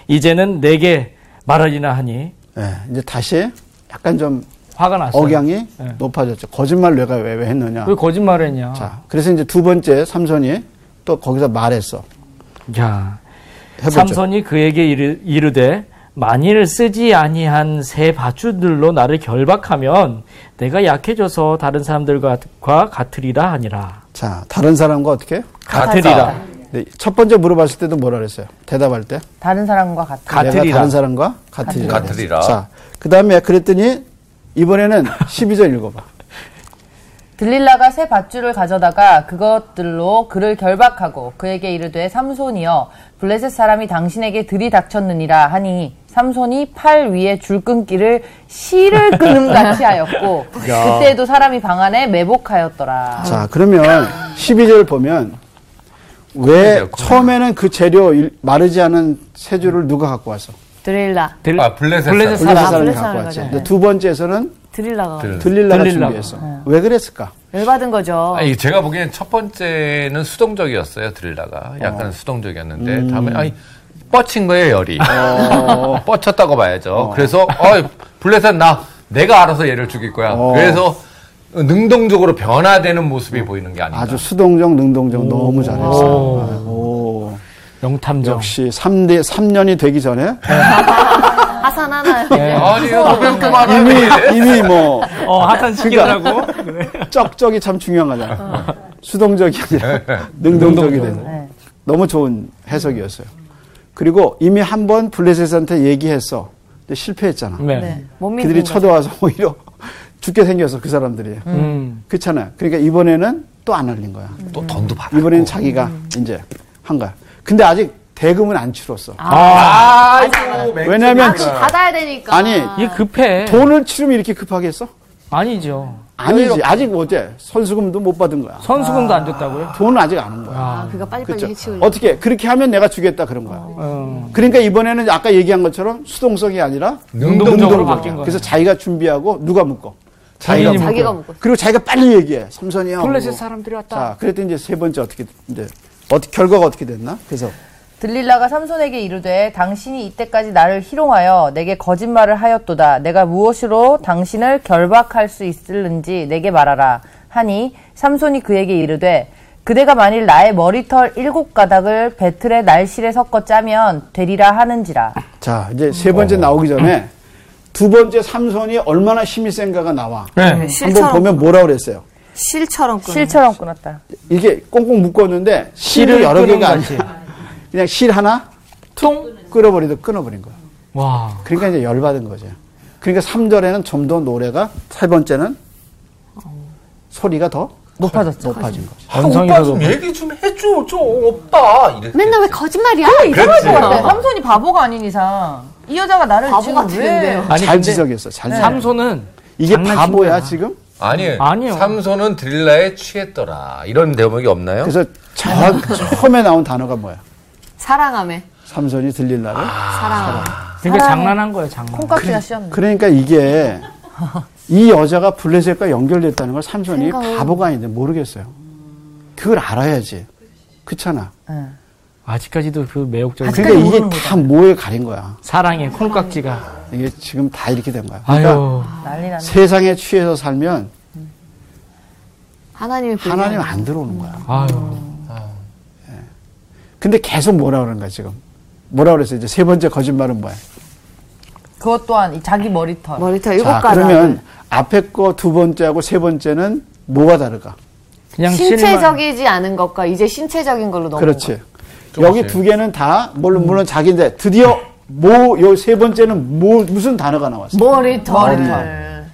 Speaker 1: 이제는 내게 말하리나 하니
Speaker 2: 예, 이제 다시 약간 좀
Speaker 1: 화가 났어요. 예.
Speaker 2: 억양이 높아졌죠. 거짓말 내가 왜, 왜 했느냐.
Speaker 1: 왜 거짓말을 했냐?
Speaker 2: 자, 그래서 이제 두 번째 삼손이 또 거기서 말했어.
Speaker 1: 야,
Speaker 2: 해보죠.
Speaker 1: 삼손이 그에게 이르, 이르되 만일 쓰지 아니한 새 밧줄들로 나를 결박하면 내가 약해져서 다른 사람들과 같으리라 하니라.
Speaker 2: 자, 다른 사람과 어떻게?
Speaker 1: 같으리라.
Speaker 2: 네, 첫 번째 물어봤을 때도 뭐라 그랬어요? 대답할 때.
Speaker 3: 다른 사람과 같은.
Speaker 1: 같으리라.
Speaker 2: 내가 다른 사람과 같으리라.
Speaker 5: 같으리라.
Speaker 2: 자, 그 다음에 그랬더니 이번에는 12절 읽어봐.
Speaker 3: 들릴라가 새 밧줄을 가져다가 그것들로 그를 결박하고 그에게 이르되 삼손이여 블레셋 사람이 당신에게 들이닥쳤느니라 하니 삼손이 팔 위에 줄끈기를 실을 끊음 같이 하였고 그때에도 사람이 방 안에 매복하였더라.
Speaker 2: 자, 그러면 12절 보면 왜
Speaker 5: 그렇구나.
Speaker 2: 처음에는 그 재료 일- 마르지 않은 세 줄을 누가 갖고 왔어?
Speaker 4: 드릴라.
Speaker 1: 들-
Speaker 5: 아, 블레셋
Speaker 1: 블레셋
Speaker 2: 블레셋
Speaker 1: 사람.
Speaker 4: 사람.
Speaker 2: 사람이
Speaker 4: 블레셋
Speaker 2: 갖고
Speaker 4: 사람이
Speaker 2: 왔지.
Speaker 4: 가져요.
Speaker 2: 근데 두 번째에서는
Speaker 4: 드릴라가
Speaker 5: 들-
Speaker 2: 들릴라가
Speaker 1: 들릴라가.
Speaker 2: 준비했어. 왜 그랬을까?
Speaker 4: 열받은 거죠.
Speaker 5: 아니, 제가 보기엔 첫 번째는 수동적이었어요, 드릴라가. 약간 수동적이었는데, 다음에, 아니, 뻗친 거예요, 열이. 뻗쳤다고 봐야죠. 그래서, 어. 어이, 블레셋 나, 내가 알아서 얘를 죽일 거야.
Speaker 2: 어.
Speaker 5: 그래서, 능동적으로 변화되는 모습이 보이는 게 아닌가.
Speaker 2: 아주 수동적, 능동적 너무 잘했어. 오.
Speaker 1: 영탐정.
Speaker 2: 역시 3대, 3년이 되기 전에
Speaker 4: 하산 하나요?
Speaker 1: 예.
Speaker 5: 아니요, 그렇게 말하면
Speaker 2: 이미, 이미 뭐,
Speaker 1: 어, 하산시키라고?
Speaker 2: 쩍쩍이 참 중요한 거잖아.
Speaker 4: 어.
Speaker 2: 수동적이
Speaker 5: 네.
Speaker 2: 아니라 능동적이
Speaker 4: 네.
Speaker 2: 되는. 너무 좋은 해석이었어요. 그리고 이미 한 번 블레셋한테 얘기했어. 근데 실패했잖아.
Speaker 1: 네.
Speaker 4: 네. 못 믿는
Speaker 2: 그들이
Speaker 4: 거죠.
Speaker 2: 쳐들어와서 오히려 죽게 생겨서 그 사람들이.
Speaker 1: 음.
Speaker 2: 그렇잖아요. 그러니까 이번에는 또 안 흘린 거야.
Speaker 5: 또 돈도 받아.
Speaker 2: 이번에는 자기가 이제 한 거야. 근데 아직 대금은 안 치렀어.
Speaker 5: 아, 이거
Speaker 2: 왜냐면
Speaker 4: 아, 그거 받아야 되니까.
Speaker 2: 아니,
Speaker 1: 이게 급해.
Speaker 2: 돈을 치르면 이렇게 급하게 했어?
Speaker 1: 아니죠.
Speaker 2: 아니지. 아직 어제 선수금도 못 받은 거야.
Speaker 1: 선수금도 안 줬다고요?
Speaker 2: 돈은 아직 안 온 거야.
Speaker 4: 아, 그거 빨리빨리
Speaker 2: 그렇죠.
Speaker 4: 해치우려.
Speaker 2: 어떻게 그렇게 하면 내가 주겠다 그런 거야.
Speaker 1: 어.
Speaker 2: 그러니까 이번에는 아까 얘기한 것처럼 수동성이 아니라
Speaker 5: 능동적으로
Speaker 2: 능동적으로
Speaker 1: 바뀐 거야.
Speaker 2: 그래서 자기가 준비하고 누가 묶어? 자기가
Speaker 1: 본인이
Speaker 2: 묶어.
Speaker 4: 자기가 묶어.
Speaker 2: 그리고 자기가 빨리 얘기해. 삼선이야.
Speaker 1: 플랫에
Speaker 2: 뭐.
Speaker 1: 사람들이 왔다.
Speaker 2: 자, 그랬더니 이제 세 번째 어떻게 이제 어떻게 결과가 어떻게 됐나? 그래서
Speaker 3: 들릴라가 삼손에게 이르되 당신이 이때까지 나를 희롱하여 내게 거짓말을 하였도다. 내가 무엇으로 당신을 결박할 수 있을는지 내게 말하라. 하니 삼손이 그에게 이르되 그대가 만일 나의 머리털 일곱 가닥을 배틀의 날실에 섞어 짜면 되리라 하는지라.
Speaker 2: 자, 이제 세 번째
Speaker 1: 어.
Speaker 2: 나오기 전에 두 번째 삼선이 얼마나 힘이 센가가 나와.
Speaker 1: 네.
Speaker 4: 실처럼
Speaker 2: 한번 보면 뭐라 그랬어요?
Speaker 4: 실처럼 끊어.
Speaker 3: 실처럼 끊었다.
Speaker 2: 이게 꽁꽁 묶었는데 실을
Speaker 1: 실을
Speaker 2: 여러
Speaker 1: 끊은
Speaker 2: 개가
Speaker 1: 거지.
Speaker 2: 아니야. 그냥 실 하나
Speaker 1: 퉁.
Speaker 2: 끌어버리도 끊어버린 거야.
Speaker 1: 와.
Speaker 2: 그러니까 이제 열받은 거죠. 그러니까 3절에는 좀 더 노래가, 세 번째는 소리가 더
Speaker 3: 높아졌죠.
Speaker 2: 높아진 거죠.
Speaker 5: 아,
Speaker 1: 원성이
Speaker 5: 오빠 좀
Speaker 1: 되고.
Speaker 5: 얘기 좀 해줘, 좀 오빠. 이랬
Speaker 4: 맨날 왜 거짓말이야?
Speaker 5: 그랬지.
Speaker 3: 삼손이 바보가 아닌 이상 이 여자가 나를
Speaker 4: 어. 바보 같은데요.
Speaker 1: 아니
Speaker 2: 잘
Speaker 1: 근데 네.
Speaker 2: 지적했어, 잘 지적.
Speaker 1: 삼손은
Speaker 2: 이게
Speaker 1: 장난친
Speaker 2: 바보야,
Speaker 1: 거야.
Speaker 2: 지금?
Speaker 5: 아니에요.
Speaker 1: 아니요.
Speaker 5: 삼손은 드릴라에 취했더라. 이런 대목이 없나요?
Speaker 2: 그래서 저, 처음에 나온 단어가 뭐야?
Speaker 4: 사랑함에.
Speaker 2: 삼손이 들릴 나를.
Speaker 4: 사랑함에.
Speaker 1: 그러니까
Speaker 3: 사랑해.
Speaker 1: 장난한 거예요, 장난.
Speaker 3: 콩깍지나 씌었네.
Speaker 2: 그러니까 이게 이 여자가 블레셋과 연결됐다는 걸 삼손이
Speaker 4: 생각을-
Speaker 2: 바보가 아닌데 모르겠어요. 그걸 알아야지. 그렇잖아.
Speaker 1: 아직까지도 그 매혹적인
Speaker 3: 아직-
Speaker 2: 그러니까 이게
Speaker 3: 모르는
Speaker 2: 다 뭐에 가린 거야.
Speaker 1: 사랑의 콩깍지가.
Speaker 2: 이게 지금 다 이렇게 된 거야. 그러니까
Speaker 1: 아유.
Speaker 3: 난리 났네.
Speaker 2: 세상에 취해서 살면
Speaker 4: 하나님의 불량.
Speaker 2: 하나님 안 들어오는 거야.
Speaker 1: 아유.
Speaker 2: 근데 계속 뭐라 그러는 거야, 지금. 뭐라 그랬어? 이제 세 번째 거짓말은 뭐야?
Speaker 3: 그것 또한 이 자기 머리털.
Speaker 4: 머리털 일곱
Speaker 2: 자,
Speaker 4: 가닥.
Speaker 2: 그러면 앞에 거 두 번째하고 세 번째는 뭐가 다를까?
Speaker 1: 그냥 실만.
Speaker 4: 신체적이지 않은 것과 이제 신체적인 걸로 넘어.
Speaker 2: 그렇지.
Speaker 5: 좀
Speaker 2: 여기
Speaker 5: 보세요.
Speaker 2: 두 개는 다, 물론, 물론 자기인데, 드디어 뭐, 요 세 번째는 뭐, 무슨 단어가 나왔어?
Speaker 4: 머리털.
Speaker 2: 머리털.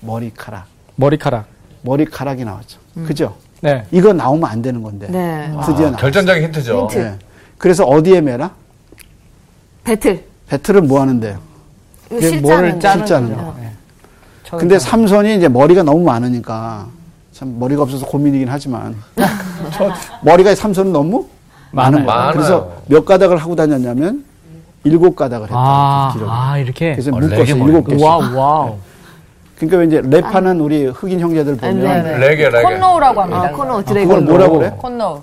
Speaker 2: 머리카락.
Speaker 1: 머리카락.
Speaker 2: 머리카락이 나왔죠. 그죠?
Speaker 1: 네.
Speaker 2: 이거 나오면 안 되는 건데.
Speaker 4: 네.
Speaker 2: 드디어
Speaker 5: 아,
Speaker 2: 나왔어.
Speaker 5: 결정적인 힌트죠.
Speaker 4: 힌트.
Speaker 2: 네. 그래서 어디에 매라?
Speaker 4: 배틀.
Speaker 2: 배틀은 뭐 하는데요?
Speaker 4: 이거
Speaker 1: 이게 뭐를
Speaker 4: 실자는
Speaker 1: 짜는
Speaker 2: 실제 하는
Speaker 1: 거죠.
Speaker 2: 거.
Speaker 1: 네.
Speaker 2: 근데 삼손이 이제 머리가 너무 많으니까 참 머리가 없어서 고민이긴 하지만 저 머리가 삼손은 너무 많은
Speaker 1: 많아요.
Speaker 2: 거예요.
Speaker 5: 많아요.
Speaker 2: 그래서 몇 가닥을 하고 다녔냐면 일곱 가닥을 했다.
Speaker 1: 아,
Speaker 2: 기록이.
Speaker 1: 아 이렇게.
Speaker 2: 그래서
Speaker 5: 어,
Speaker 2: 묶었어
Speaker 5: 렉이
Speaker 2: 일곱 개씩.
Speaker 1: 와우, 와우.
Speaker 2: 그러니까 왜 이제 랩하는 우리 흑인 형제들 보면
Speaker 4: 네, 네.
Speaker 5: 레게, 레게.
Speaker 3: 콘노우라고 합니다.
Speaker 4: 아, 코너 드래곤.
Speaker 2: 그걸 뭐라고 그래?
Speaker 3: 콘노우.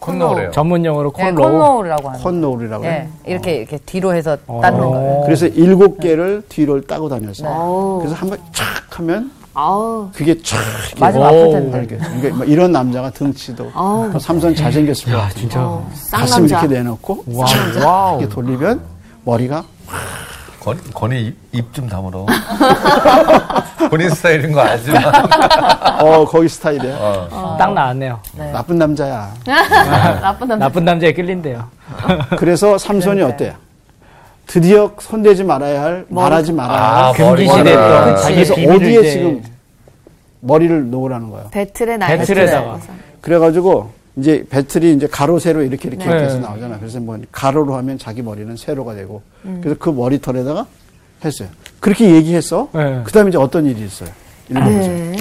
Speaker 5: 콘노래요.
Speaker 1: 전문 용어로
Speaker 3: 네,
Speaker 1: 콘로.
Speaker 3: 콘노우라고 하는.
Speaker 2: 콘노울이라고
Speaker 3: 예,
Speaker 2: 해요.
Speaker 3: 이렇게 이렇게 뒤로 해서 따는 거예요.
Speaker 2: 그래서 일곱 개를 뒤로 따고 다녔어.
Speaker 4: 오.
Speaker 2: 그래서 한번 촥 하면
Speaker 4: 아우.
Speaker 2: 그게 촥
Speaker 3: 맞으면 아플 텐데.
Speaker 2: 이렇게 그러니까 막 이런 남자가 등치도
Speaker 4: 아우.
Speaker 2: 삼손 잘생겼을 것
Speaker 1: 야,
Speaker 2: 같아.
Speaker 1: 진짜.
Speaker 4: 어,
Speaker 2: 가슴
Speaker 4: 쌍남자.
Speaker 2: 이렇게 내놓고
Speaker 1: 와우, 와우.
Speaker 2: 이렇게 돌리면 머리가
Speaker 5: 건, 건이 입좀 다물어. 본인 스타일인 거 알지만.
Speaker 2: 어 거기 스타일이야.
Speaker 1: 딱 나왔네요.
Speaker 2: 나쁜 남자야.
Speaker 4: 나쁜 남자.
Speaker 1: 나쁜 남자에 끌린대요.
Speaker 2: 그래서 삼손이 어때요? 드디어 손대지 말아야 할, 말하지 말아야
Speaker 5: 아,
Speaker 2: 할.
Speaker 1: 금기
Speaker 5: 머리카락.
Speaker 1: 시대 때
Speaker 5: 그치.
Speaker 1: 자기
Speaker 2: 그래서
Speaker 1: 비밀을
Speaker 2: 어디에
Speaker 1: 이제
Speaker 2: 지금 머리를 놓으라는 거예요.
Speaker 4: 배틀의 날.
Speaker 1: 배틀에다가.
Speaker 2: 그래가지고 이제 배틀이 이제 가로 세로 이렇게 이렇게
Speaker 1: 네.
Speaker 2: 이렇게 해서 나오잖아. 그래서 뭐 가로로 하면 자기 머리는 세로가 되고. 그래서 그 머리털에다가 했어요. 그렇게 얘기했어.
Speaker 1: 네.
Speaker 2: 그다음에 이제 어떤 일이 있어요? 일본에서.
Speaker 4: 네.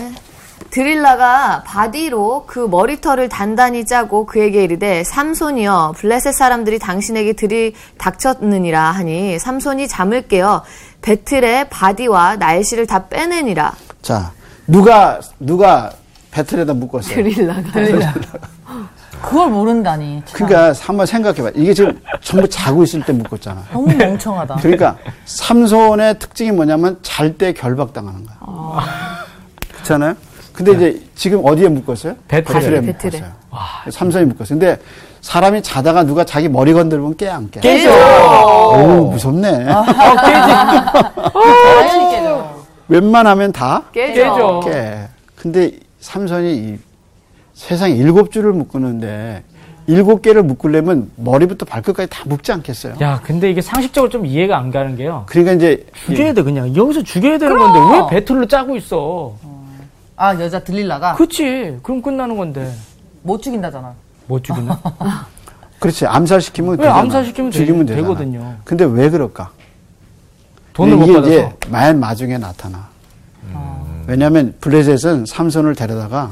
Speaker 4: 드릴라가 바디로 그 머리털을 단단히 짜고 그에게 이르되 삼손이여 블레셋 사람들이 당신에게 들이 닥쳤느니라 하니 삼손이 잠을 깨어 배틀에 바디와 날씨를 다 빼내니라
Speaker 2: 자, 누가 누가 배틀에다 묶었어요?
Speaker 4: 그러니까. 드릴라가
Speaker 3: 그걸 모른다니. 참.
Speaker 2: 그러니까 한번 생각해봐. 이게 지금 전부 자고 있을 때 묶었잖아.
Speaker 3: 너무 멍청하다.
Speaker 2: 그러니까 삼손의 특징이 뭐냐면 잘 때 결박당하는 거야. 그렇잖아요. 근데 이제 지금 어디에 묶었어요?
Speaker 1: 배틀에.
Speaker 4: 배틀에.
Speaker 2: 묶었어요. 삼손이 묶었어요. 근데 사람이 자다가 누가 자기 머리 건들면 깨 안 깨? 오 무섭네. 그
Speaker 3: 당연히 깨져.
Speaker 2: 웬만하면 다
Speaker 4: 깨져
Speaker 1: 어.
Speaker 2: 깨. 근데 삼손이 이 세상에 일곱 줄을 묶었는데 일곱 개를 묶으려면 머리부터 발끝까지 다 묶지 않겠어요.
Speaker 1: 야, 근데 이게 상식적으로 좀 이해가 안 가는 게요.
Speaker 2: 그러니까 이제
Speaker 1: 죽여야 돼, 그냥. 여기서 죽여야 되는
Speaker 3: 그럼!
Speaker 1: 건데 왜 배틀로 짜고 있어?
Speaker 3: 아 여자 들릴라가
Speaker 1: 그치. 그럼 끝나는 건데.
Speaker 3: 못 죽인다잖아.
Speaker 1: 못 죽이나?
Speaker 2: 그렇지 암살시키면
Speaker 1: 왜 암살시키면
Speaker 2: 죽이면
Speaker 1: 되-
Speaker 2: 되잖아.
Speaker 1: 되거든요.
Speaker 2: 근데 왜 그럴까?
Speaker 1: 돈을 못
Speaker 2: 이게
Speaker 1: 받아서. 음.
Speaker 2: 이제 말 마중에 나타나. 아. 왜냐하면 블레셋은 삼손을 데려다가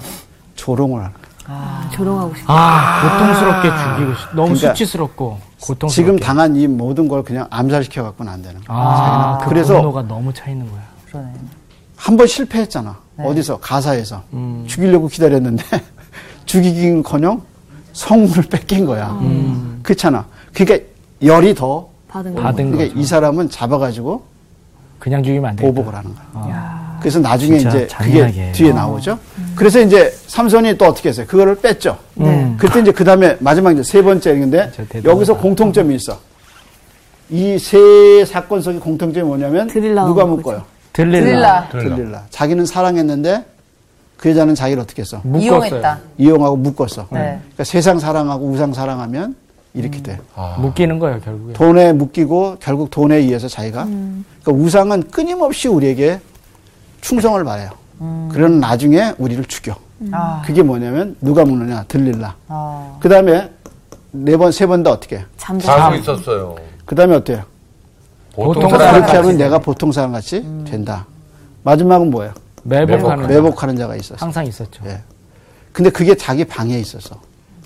Speaker 2: 조롱을 하는 거예요.
Speaker 4: 조롱하고 싶다.
Speaker 1: 아, 고통스럽게 죽이고 싶. 너무
Speaker 2: 그러니까
Speaker 1: 수치스럽고 고통스럽게.
Speaker 2: 지금 당한 이 모든 걸 그냥 암살시켜 갖고는 안 되는 거야.
Speaker 1: 아, 그
Speaker 2: 그래서-
Speaker 1: 분노가 너무 차 있는 거야.
Speaker 3: 그러네.
Speaker 2: 한 번 실패했잖아.
Speaker 1: 네.
Speaker 2: 어디서 가사에서
Speaker 1: 음.
Speaker 2: 죽이려고 기다렸는데 죽이긴커녕 성물을 뺏긴 거야.
Speaker 1: 음.
Speaker 2: 그렇잖아. 그러니까 열이 더
Speaker 4: 받은 거.
Speaker 1: 받은
Speaker 2: 그러니까
Speaker 1: 거죠.
Speaker 2: 이 사람은 잡아가지고
Speaker 1: 그냥 죽이면 안 돼.
Speaker 2: 보복을 하는 거야. 그래서 나중에
Speaker 1: 아. 진짜
Speaker 2: 이제
Speaker 1: 잔인하게. 어.
Speaker 2: 그게 뒤에 나오죠. 그래서 이제 삼손이 또 어떻게 했어요? 그거를 뺐죠.
Speaker 4: 네.
Speaker 2: 그때 이제 그 다음에 마지막 이제 세 번째인데
Speaker 1: 진짜 대단하다.
Speaker 2: 여기서 공통점이 있어. 이 세 사건 속의 공통점이 뭐냐면
Speaker 4: 드릴라
Speaker 2: 누가
Speaker 4: 하는
Speaker 2: 묶어요?
Speaker 1: 들릴라.
Speaker 3: 들릴라
Speaker 5: 들릴라.
Speaker 2: 들릴라. 자기는 사랑했는데 그 여자는 자기를 어떻게 했어?
Speaker 1: 묶었어요.
Speaker 3: 이용했다.
Speaker 2: 이용하고 묶었어.
Speaker 3: 네.
Speaker 2: 그러니까 세상 사랑하고 우상 사랑하면 이렇게 돼.
Speaker 5: 아, 뭐
Speaker 1: 묶이는 거예요, 결국에.
Speaker 2: 돈에 묶이고 결국 돈에 의해서 자기가 그러니까 우상은 끊임없이 우리에게 충성을 바래요. 그러는 나중에 우리를 죽여.
Speaker 3: 아,
Speaker 2: 그게 뭐냐면 누가 묶느냐 들릴라.
Speaker 3: 아.
Speaker 2: 그 다음에 네 번 세 번 다 어떻게? 해?
Speaker 4: 잠자.
Speaker 5: 아, 자고 있었어요.
Speaker 2: 그 다음에 어때요?
Speaker 5: 보통
Speaker 1: 보통
Speaker 5: 사람
Speaker 2: 그렇게 하면 내가 보통 사람 같이 된다. 마지막은 뭐예요?
Speaker 1: 매복하는 거.
Speaker 2: 매복하는 자가 있었어.
Speaker 1: 항상 있었죠.
Speaker 2: 예. 근데 그게 자기 방에 있었어.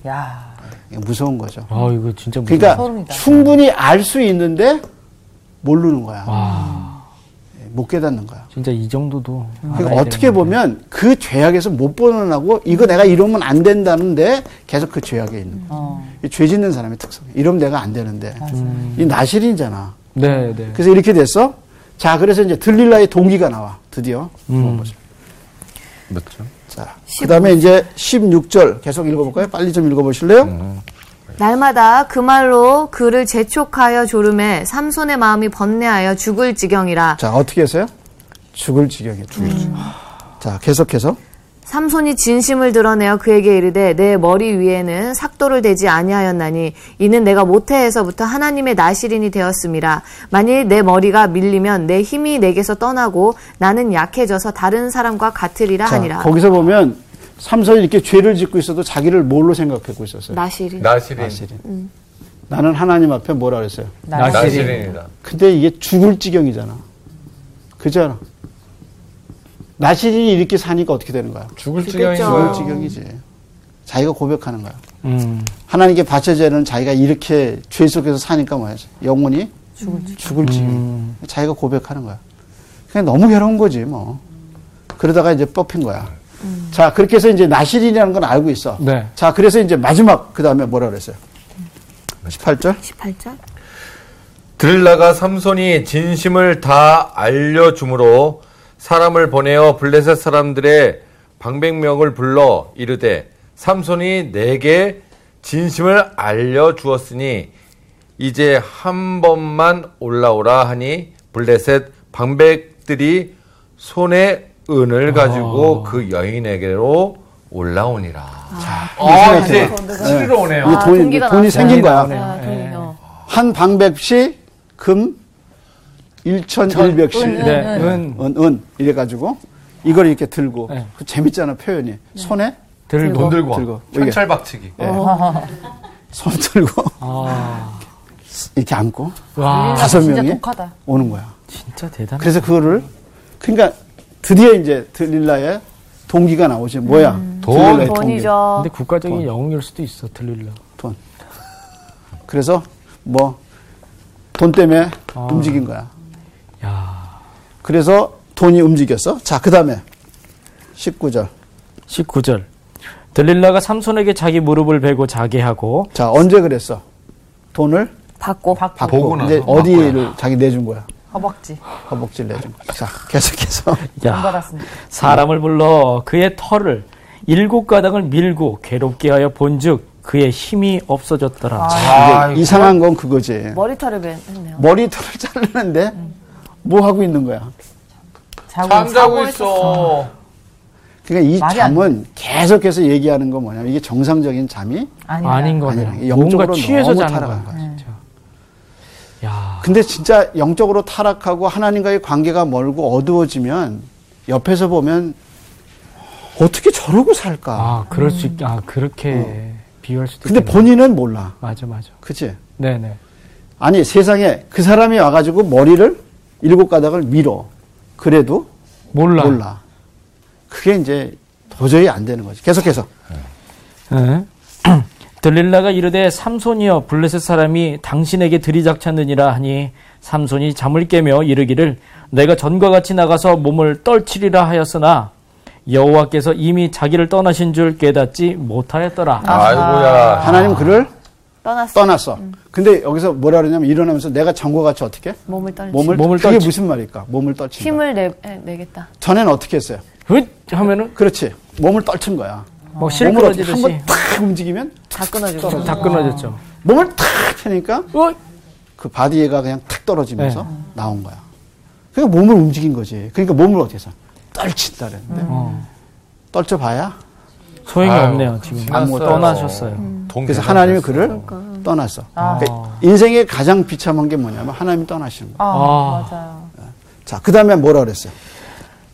Speaker 3: 야,
Speaker 2: 이게 무서운 거죠.
Speaker 1: 아, 이거 진짜 무서워.
Speaker 2: 그러니까
Speaker 3: 소름이다.
Speaker 2: 충분히 알 수 있는데 모르는 거야. 예, 못 깨닫는 거야.
Speaker 1: 진짜 이 정도도.
Speaker 2: 그러니까
Speaker 1: 알아야 네,
Speaker 2: 어떻게
Speaker 1: 되는데.
Speaker 2: 보면 그 죄악에서 못 벗어나고 이거 내가 이러면 안 된다는데 계속 그 죄악에 있는 거야.
Speaker 3: 어.
Speaker 2: 이죄 짓는 사람의 특성. 이러면 내가 안 되는데. 이 나실이잖아.
Speaker 1: 네, 네.
Speaker 2: 그래서 이렇게 됐어. 자, 그래서 이제 들릴라의 동기가 나와. 드디어.
Speaker 1: 음.
Speaker 2: 한번 보자.
Speaker 5: 맞죠?
Speaker 2: 자, 그 다음에 이제 16절 계속 읽어볼까요? 빨리 좀 읽어보실래요?
Speaker 4: 날마다 그 말로 그를 재촉하여 졸음에 삼손의 마음이 번뇌하여 죽을 지경이라.
Speaker 2: 자, 어떻게 해서요? 죽을 지경에 죽을
Speaker 5: 음.
Speaker 2: 지경. 자, 계속해서.
Speaker 4: 삼손이 진심을 드러내어 그에게 이르되 내 머리 위에는 삭도를 대지 아니하였나니 이는 내가 모태에서부터 하나님의 나실인이 되었음이라 만일 내 머리가 밀리면 내 힘이 내게서 떠나고 나는 약해져서 다른 사람과 같으리라
Speaker 2: 자,
Speaker 4: 하니라
Speaker 2: 거기서 보면 삼손이 이렇게 죄를 짓고 있어도 자기를 뭘로 생각하고 있었어요?
Speaker 4: 나실인 음.
Speaker 5: 나시린.
Speaker 2: 나실인. 나는 하나님 앞에 뭐라 그랬어요?
Speaker 3: 나
Speaker 5: 나시린이다.
Speaker 2: 근데 이게 죽을 지경이잖아. 그잖아. 나실인이 이렇게 사니까 어떻게 되는 거야?
Speaker 5: 죽을
Speaker 4: 죽겠죠.
Speaker 5: 지경인
Speaker 2: 죽을
Speaker 5: 거예요.
Speaker 2: 지경이지. 자기가 고백하는 거야.
Speaker 1: 음.
Speaker 2: 하나님께 바쳐지는 자기가 이렇게 죄 속에서 사니까 뭐야지 영혼이 죽을 지경.
Speaker 1: 음.
Speaker 2: 자기가 고백하는 거야. 그냥 너무 괴로운 거지 뭐. 그러다가 이제 뽑힌 거야. 자 그렇게 해서 이제 나실인이라는 건 알고 있어.
Speaker 1: 네.
Speaker 2: 자 그래서 이제 마지막 그 다음에 뭐라 그랬어요? 18절.
Speaker 4: 18절
Speaker 5: 드릴라가 삼손이 진심을 다 알려줌으로 사람을 보내어 블레셋 사람들의 방백명을 불러 이르되 삼손이 내게 진심을 알려주었으니 이제 한 번만 올라오라 하니 블레셋 방백들이 손에 은을 가지고 그 여인에게로 올라오니라. 아, 이제 치르러 오네요.
Speaker 2: 이게 돈이,
Speaker 4: 동기가
Speaker 2: 돈이
Speaker 4: 나왔어요.
Speaker 2: 생긴 거야.
Speaker 1: 나오네요.
Speaker 4: 아,
Speaker 1: 예.
Speaker 4: 그러네요.
Speaker 2: 한 방백씩 금 1,100씩
Speaker 1: 네, 은
Speaker 2: 은, 은 이래 가지고 이걸 이렇게 들고
Speaker 1: 네.
Speaker 2: 그 재밌잖아 표현이 손에
Speaker 1: 들고.
Speaker 5: 돈 들고,
Speaker 2: 들고.
Speaker 5: 현찰박치기.
Speaker 2: 손 들고
Speaker 1: 아,
Speaker 2: 이렇게 안고
Speaker 1: 와,
Speaker 2: 다섯
Speaker 3: 진짜
Speaker 2: 명이
Speaker 3: 독하다.
Speaker 2: 오는 거야.
Speaker 1: 진짜 대단.
Speaker 2: 그래서 그거를 그러니까 드디어 이제 들릴라의 동기가 나오지 뭐야? 들릴라의 동기.
Speaker 4: 음. 돈이죠
Speaker 1: 근데 국가적인
Speaker 2: 뭐.
Speaker 1: 영웅일 수도 있어 들릴라.
Speaker 2: 돈. 그래서 뭐 돈 때문에
Speaker 4: 아.
Speaker 2: 움직인 거야.
Speaker 1: 야,
Speaker 2: 그래서 돈이 움직였어. 자, 그다음에 19절.
Speaker 1: 19절. 들릴라가 삼손에게 자기 무릎을 베고 자게 하고
Speaker 2: 자, 언제 그랬어? 돈을
Speaker 3: 받고 받고
Speaker 2: 받고
Speaker 5: 보고 나서
Speaker 2: 이제 어디를 자기 내준 거야?
Speaker 3: 허벅지
Speaker 2: 허벅지를 내준 거야. 자, 계속해서
Speaker 3: 안
Speaker 1: 야,
Speaker 3: 받았습니다.
Speaker 1: 사람을 불러 그의 털을 일곱 가닥을 밀고 괴롭게 하여 본즉 그의 힘이 없어졌더라.
Speaker 5: 아,
Speaker 2: 이제 이상한 건 그거지.
Speaker 4: 머리털을 벤- 했네요
Speaker 2: 머리털을 자르는데 뭐 하고 있는 거야?
Speaker 3: 자고
Speaker 5: 안 자고 있어.
Speaker 2: 그러니까 이
Speaker 3: 말이 안
Speaker 2: 잠은 계속해서 얘기하는 건 뭐냐면 이게 정상적인 잠이
Speaker 3: 아니다.
Speaker 1: 아닌 거네요.
Speaker 2: 아니라 영적으로
Speaker 1: 뭔가 취해서
Speaker 2: 너무
Speaker 1: 자는
Speaker 2: 타락한
Speaker 1: 거야.
Speaker 2: 거야.
Speaker 3: 네.
Speaker 2: 진짜.
Speaker 1: 야,
Speaker 2: 근데 진짜 영적으로 타락하고 하나님과의 관계가 멀고 어두워지면 옆에서 보면 어떻게 저러고 살까?
Speaker 1: 아 그럴 수 있, 아 그렇게 비유할 수도.
Speaker 2: 음. 어. 근데
Speaker 1: 있겠네요.
Speaker 2: 본인은 몰라.
Speaker 1: 맞아, 맞아.
Speaker 2: 그치?
Speaker 1: 네네.
Speaker 2: 아니 세상에 그 사람이 와가지고 머리를 일곱 가닥을 밀어. 그래도
Speaker 1: 몰라.
Speaker 2: 몰라. 그게 이제 도저히 안 되는 거지. 계속해서.
Speaker 1: 예. 들릴라가 이르되 삼손이여 블레셋 사람이 당신에게 들이닥쳤느니라 하니 삼손이 잠을 깨며 이르기를 내가 전과 같이 나가서 몸을 떨치리라 하였으나 여호와께서 이미 자기를 떠나신 줄 깨닫지 못하였더라.
Speaker 5: 아. 아이고야.
Speaker 2: 하나님 그를
Speaker 4: 떠났어.
Speaker 2: 떠났어. 근데 여기서 뭐라 그러냐면 일어나면서 내가 전과 같이 어떻게? 해?
Speaker 4: 몸을 떨치.
Speaker 2: 몸을,
Speaker 1: 몸을
Speaker 2: 그게
Speaker 1: 떨치-
Speaker 2: 무슨 말일까? 몸을 떨친다.
Speaker 4: 힘을 내, 예, 내겠다.
Speaker 2: 전에는 어떻게 했어요?
Speaker 1: 훗 하면은
Speaker 2: 그렇지. 몸을 떨친 거야.
Speaker 1: 뭐
Speaker 2: 몸을 어떻게
Speaker 1: 실끄러지듯이
Speaker 2: 한번 탁 움직이면
Speaker 4: 다 끊어지고.
Speaker 1: 다 끊어졌죠.
Speaker 2: 몸을 탁 펴니까
Speaker 1: 어?
Speaker 2: 그 바디에가 그냥 탁 떨어지면서 나온 거야. 그러니까 몸을 움직인 거지. 그러니까 몸을 어떻게 해서 떨친다 그랬는데
Speaker 1: 어.
Speaker 2: 떨쳐봐야
Speaker 1: 소용이
Speaker 5: 아유,
Speaker 1: 없네요 음. 지금.
Speaker 5: 지났어요.
Speaker 1: 떠나셨어요.
Speaker 5: 돈
Speaker 2: 그래서
Speaker 5: 계산했어요.
Speaker 2: 하나님이 그를 떠났어. 그러니까 인생의 가장 비참한 게 뭐냐면 하나님이 떠나시는 거야.
Speaker 3: 아,
Speaker 1: 아.
Speaker 3: 맞아요.
Speaker 2: 자, 그 다음에 뭐라 그랬어요?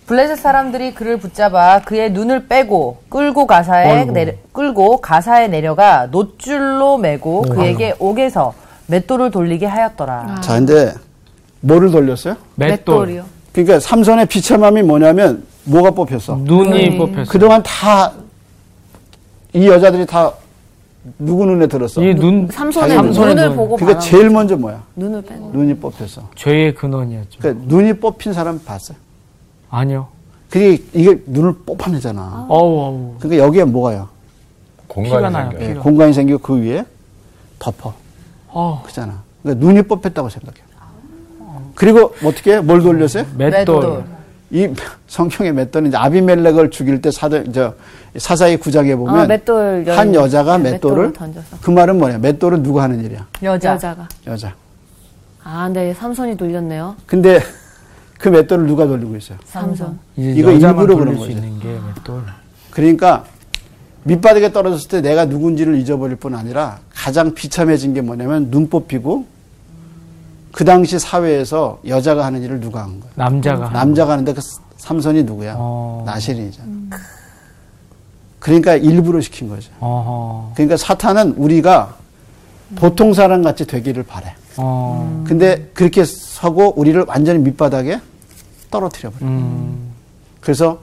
Speaker 3: 블레셋 사람들이 그를 붙잡아 그의 눈을 빼고 끌고 가사에 내려, 끌고 가사에 내려가 노줄로 매고 그에게 옥에서 맷돌을 돌리게 하였더라.
Speaker 2: 자, 근데 뭐를 돌렸어요?
Speaker 1: 맷돌
Speaker 2: 그러니까 삼손의 비참함이 뭐냐면 뭐가 뽑혔어?
Speaker 1: 음. 눈이 뽑혔어요.
Speaker 2: 그동안 다 이 여자들이 다 누구 눈에 들었어?
Speaker 1: 이눈
Speaker 4: 삼손의,
Speaker 1: 삼손의
Speaker 4: 눈을
Speaker 1: 눈.
Speaker 4: 보고 봐.
Speaker 2: 그러니까 제일 먼저 뭐야?
Speaker 4: 눈을 뺀.
Speaker 2: 눈이 뽑혔어.
Speaker 1: 죄의 근원이었죠.
Speaker 2: 그러니까 눈이 뽑힌 사람 봤어요.
Speaker 1: 아니요.
Speaker 2: 그게 이게 눈을 뽑아내잖아.
Speaker 1: 어우 어우.
Speaker 2: 그러니까 여기에 뭐가요?
Speaker 1: 피가
Speaker 5: 그 공간이
Speaker 1: 나요.
Speaker 5: 생겨요.
Speaker 1: 피가.
Speaker 2: 공간이 생기고 그 위에 덮어.
Speaker 1: 어.
Speaker 2: 그잖아. 그러니까 눈이 뽑혔다고 생각해.
Speaker 4: 아.
Speaker 2: 그리고 어떻게 해요? 뭘 돌렸어요?
Speaker 1: 맷돌.
Speaker 2: 이 성경의 맷돌은 이제 아비멜렉을 죽일 때 사도 저 사사의 구장에 보면
Speaker 4: 아, 맷돌 열-
Speaker 2: 한 여자가
Speaker 4: 네,
Speaker 2: 맷돌을
Speaker 4: 맷돌을 던져서.
Speaker 2: 그 말은 뭐냐? 맷돌은 누가 하는 일이야?
Speaker 3: 여자.
Speaker 4: 여자가.
Speaker 2: 여자.
Speaker 4: 아, 근데 삼손이 돌렸네요.
Speaker 2: 근데 그 맷돌을 누가 돌리고 있어요?
Speaker 4: 삼손.
Speaker 1: 이제
Speaker 2: 이거
Speaker 1: 여자만
Speaker 2: 일부러
Speaker 1: 돌릴
Speaker 2: 그런
Speaker 1: 수
Speaker 2: 거지.
Speaker 1: 있는 게 맷돌.
Speaker 2: 그러니까 밑바닥에 떨어졌을 때 내가 누군지를 잊어버릴 뿐 아니라 가장 비참해진 게 뭐냐면 눈 뽑히고 그 당시 사회에서 여자가 하는 일을 누가 한 거야?
Speaker 1: 남자가.
Speaker 2: 남자가 하는데 그 삼선이 누구야?
Speaker 1: 어.
Speaker 2: 나실이잖아.
Speaker 4: 음.
Speaker 2: 그러니까 일부러 시킨 거죠.
Speaker 1: 어허.
Speaker 2: 그러니까 사탄은 우리가 보통 사람 같이 되기를 바래.
Speaker 1: 어.
Speaker 2: 근데 그렇게 서고 우리를 완전히 밑바닥에 떨어뜨려 버려.
Speaker 1: 음.
Speaker 2: 그래서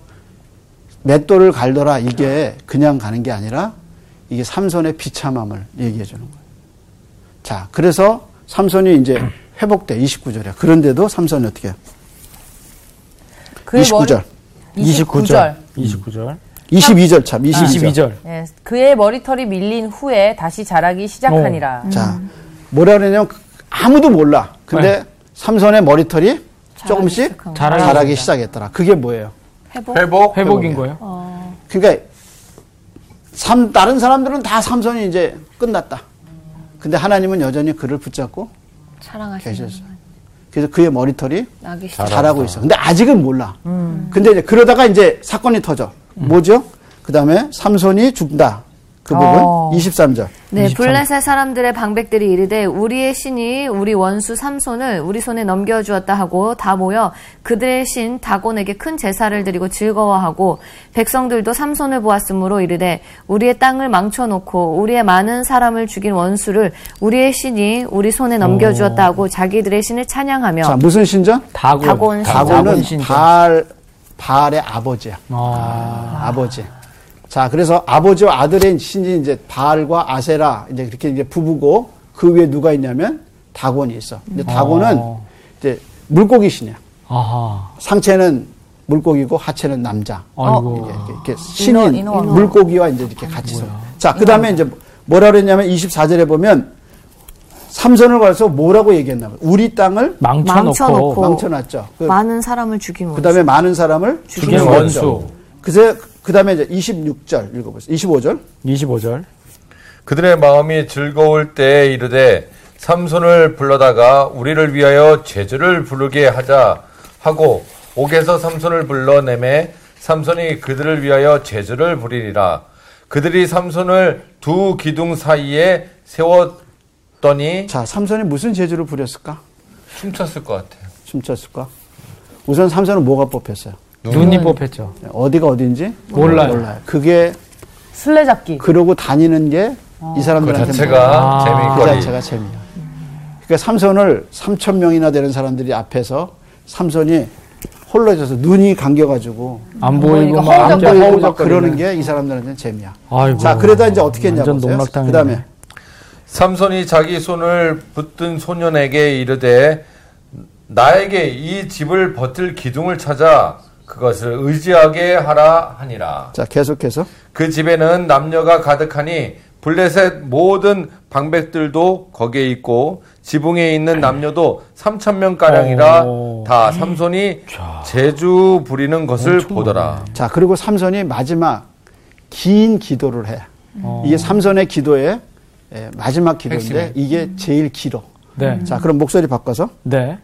Speaker 2: 맷돌을 갈더라 이게 그냥 가는 게 아니라 이게 삼손의 비참함을 얘기해 주는 거예요. 자, 그래서 삼손이 이제 회복돼 29절이야. 그런데도 삼손이 어떻게? 해요?
Speaker 3: 그의
Speaker 2: 29절.
Speaker 3: 머리 29절.
Speaker 1: 29절.
Speaker 2: 22절 음. 참
Speaker 1: 아,
Speaker 2: 22절.
Speaker 1: 22절.
Speaker 3: 예, 그의 머리털이 밀린 후에 다시 자라기 시작하니라.
Speaker 2: 자, 뭐라 그러냐면 아무도 몰라. 근데
Speaker 1: 네.
Speaker 2: 삼손의 머리털이 조금씩
Speaker 4: 시작한
Speaker 1: 거예요.
Speaker 2: 자라기,
Speaker 1: 자라기
Speaker 2: 시작했더라. 그게 뭐예요?
Speaker 4: 회복.
Speaker 5: 회복.
Speaker 1: 회복인
Speaker 2: 회복이야.
Speaker 1: 거예요?
Speaker 2: 그러니까 삼, 다른 사람들은 다 삼손이 이제 끝났다. 근데 하나님은 여전히 그를 붙잡고
Speaker 4: 사랑하시는
Speaker 2: 계셨어. 그래서 그의 머리털이
Speaker 4: 나기 시작.
Speaker 2: 자라고 있어. 근데 아직은 몰라. 근데 이제 그러다가 이제 사건이 터져. 뭐죠? 그 다음에 삼손이 죽다. 그 부분
Speaker 3: 어.
Speaker 2: 23절.
Speaker 4: 네, 블레셋 사람들의 방백들이 이르되 우리의 신이 우리 원수 삼손을 우리 손에 넘겨 주었다 하고 다 모여 그들의 신 다곤에게 큰 제사를 드리고 즐거워하고 백성들도 삼손을 보았으므로 이르되 우리의 땅을 망쳐 놓고 우리의 많은 사람을 죽인 원수를 우리의 신이 우리 손에 넘겨 주었다 하고 자기들의 신을 찬양하며
Speaker 2: 자, 무슨 신전?
Speaker 1: 다곤.
Speaker 4: 다곤 신전.
Speaker 2: 다고는
Speaker 1: 신전.
Speaker 2: 발, 발의 아버지야.
Speaker 1: 아.
Speaker 2: 아버지. 자, 그래서 아버지와 아들의 신이 이제 바알과 아세라 이제 그렇게 이제 부부고 그 위에 누가 있냐면 다곤이 있어. 근데 다곤은
Speaker 1: 어.
Speaker 2: 이제 물고기 신이야.
Speaker 1: 아하.
Speaker 2: 상체는 물고기고 하체는 남자.
Speaker 1: 아이고.
Speaker 2: 이게 이렇게, 이렇게 신인
Speaker 3: 인어, 인어.
Speaker 2: 물고기와 이제 이렇게 같이 서. 자, 그다음에 이제 뭐라 그랬냐면 24절에 보면 삼선을 걸어서 뭐라고 얘기했나 봐요. 우리 땅을
Speaker 1: 망쳐놓고.
Speaker 4: 망쳐놓고.
Speaker 2: 망쳐놨죠. 그,
Speaker 4: 많은 사람을 죽인 원수
Speaker 2: 그다음에 많은 사람을
Speaker 1: 죽인
Speaker 2: 죽였죠.
Speaker 1: 원수.
Speaker 2: 그새 그다음에 이제 26절 읽어보세요. 25절.
Speaker 1: 25절.
Speaker 5: 그들의 마음이 즐거울 때에 이르되 삼손을 불러다가 우리를 위하여 제주를 부르게 하자 하고 옥에서 삼손을 불러내매 삼손이 그들을 위하여 제주를 부리리라. 그들이 삼손을 두 기둥 사이에 세웠더니
Speaker 2: 자, 삼손이 무슨 재주를 부렸을까?
Speaker 5: 춤췄을 것 같아요.
Speaker 2: 춤췄을까? 우선 삼손은 뭐가 뽑혔어요?
Speaker 1: 눈이 뽑혔죠.
Speaker 2: 어디가 어딘지
Speaker 1: 몰라요.
Speaker 2: 그게
Speaker 3: 술래잡기.
Speaker 2: 그러고 다니는 게 이
Speaker 1: 어.
Speaker 5: 그
Speaker 2: 사람들한테
Speaker 5: 자체가
Speaker 2: 그
Speaker 5: 재미거리.
Speaker 2: 자체가 재미야. 그러니까 삼손을 3천 명이나 되는 사람들이 앞에서 삼손이 홀로져서 눈이 감겨가지고
Speaker 1: 안
Speaker 3: 보이니까
Speaker 1: 보이고 막
Speaker 2: 안
Speaker 1: 앉아
Speaker 2: 보이고 막
Speaker 1: 허우적거리는
Speaker 2: 그러는 게 이 사람들한테는 재미야.
Speaker 1: 아이고.
Speaker 2: 자, 그러다 이제 어떻게 했냐고.
Speaker 1: 완전
Speaker 2: 보세요.
Speaker 1: 농락당했네.
Speaker 2: 그다음에
Speaker 5: 삼손이 자기 손을 붙든 소년에게 이르되 나에게 이 집을 버틸 기둥을 찾아 그것을 의지하게 하라 하니라.
Speaker 2: 자, 계속해서
Speaker 5: 그 집에는 남녀가 가득하니 블레셋 모든 방백들도 거기에 있고 지붕에 있는 남녀도 3천 명 가량이라
Speaker 1: 오.
Speaker 5: 다 삼손이 제주 부리는 것을 보더라.
Speaker 2: 자, 그리고 삼손이 마지막 긴 기도를 해.
Speaker 1: 어.
Speaker 2: 이게 삼손의 기도의 예, 마지막 기도인데
Speaker 5: 핵심이에요.
Speaker 2: 이게 제일 길어.
Speaker 1: 네.
Speaker 2: 자, 그럼 목소리 바꿔서
Speaker 1: 네.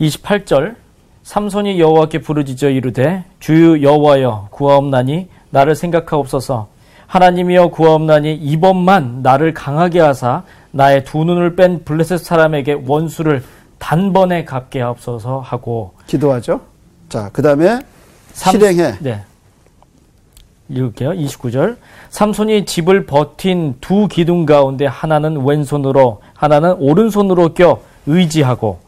Speaker 1: 28절 삼손이 여호와께 부르짖어 이르되 주여 여호와여 구하옵나니 나를 생각하옵소서 하나님이여 구하옵나니 이번만 나를 강하게 하사 나의 두 눈을 뺀 블레셋 사람에게 원수를 단번에 갚게 하옵소서 하고
Speaker 2: 기도하죠. 자, 그다음에
Speaker 1: 삼-
Speaker 2: 실행해.
Speaker 1: 네. 읽을게요. 29절. 삼손이 집을 버틴 두 기둥 가운데 하나는 왼손으로 하나는 오른손으로 껴 의지하고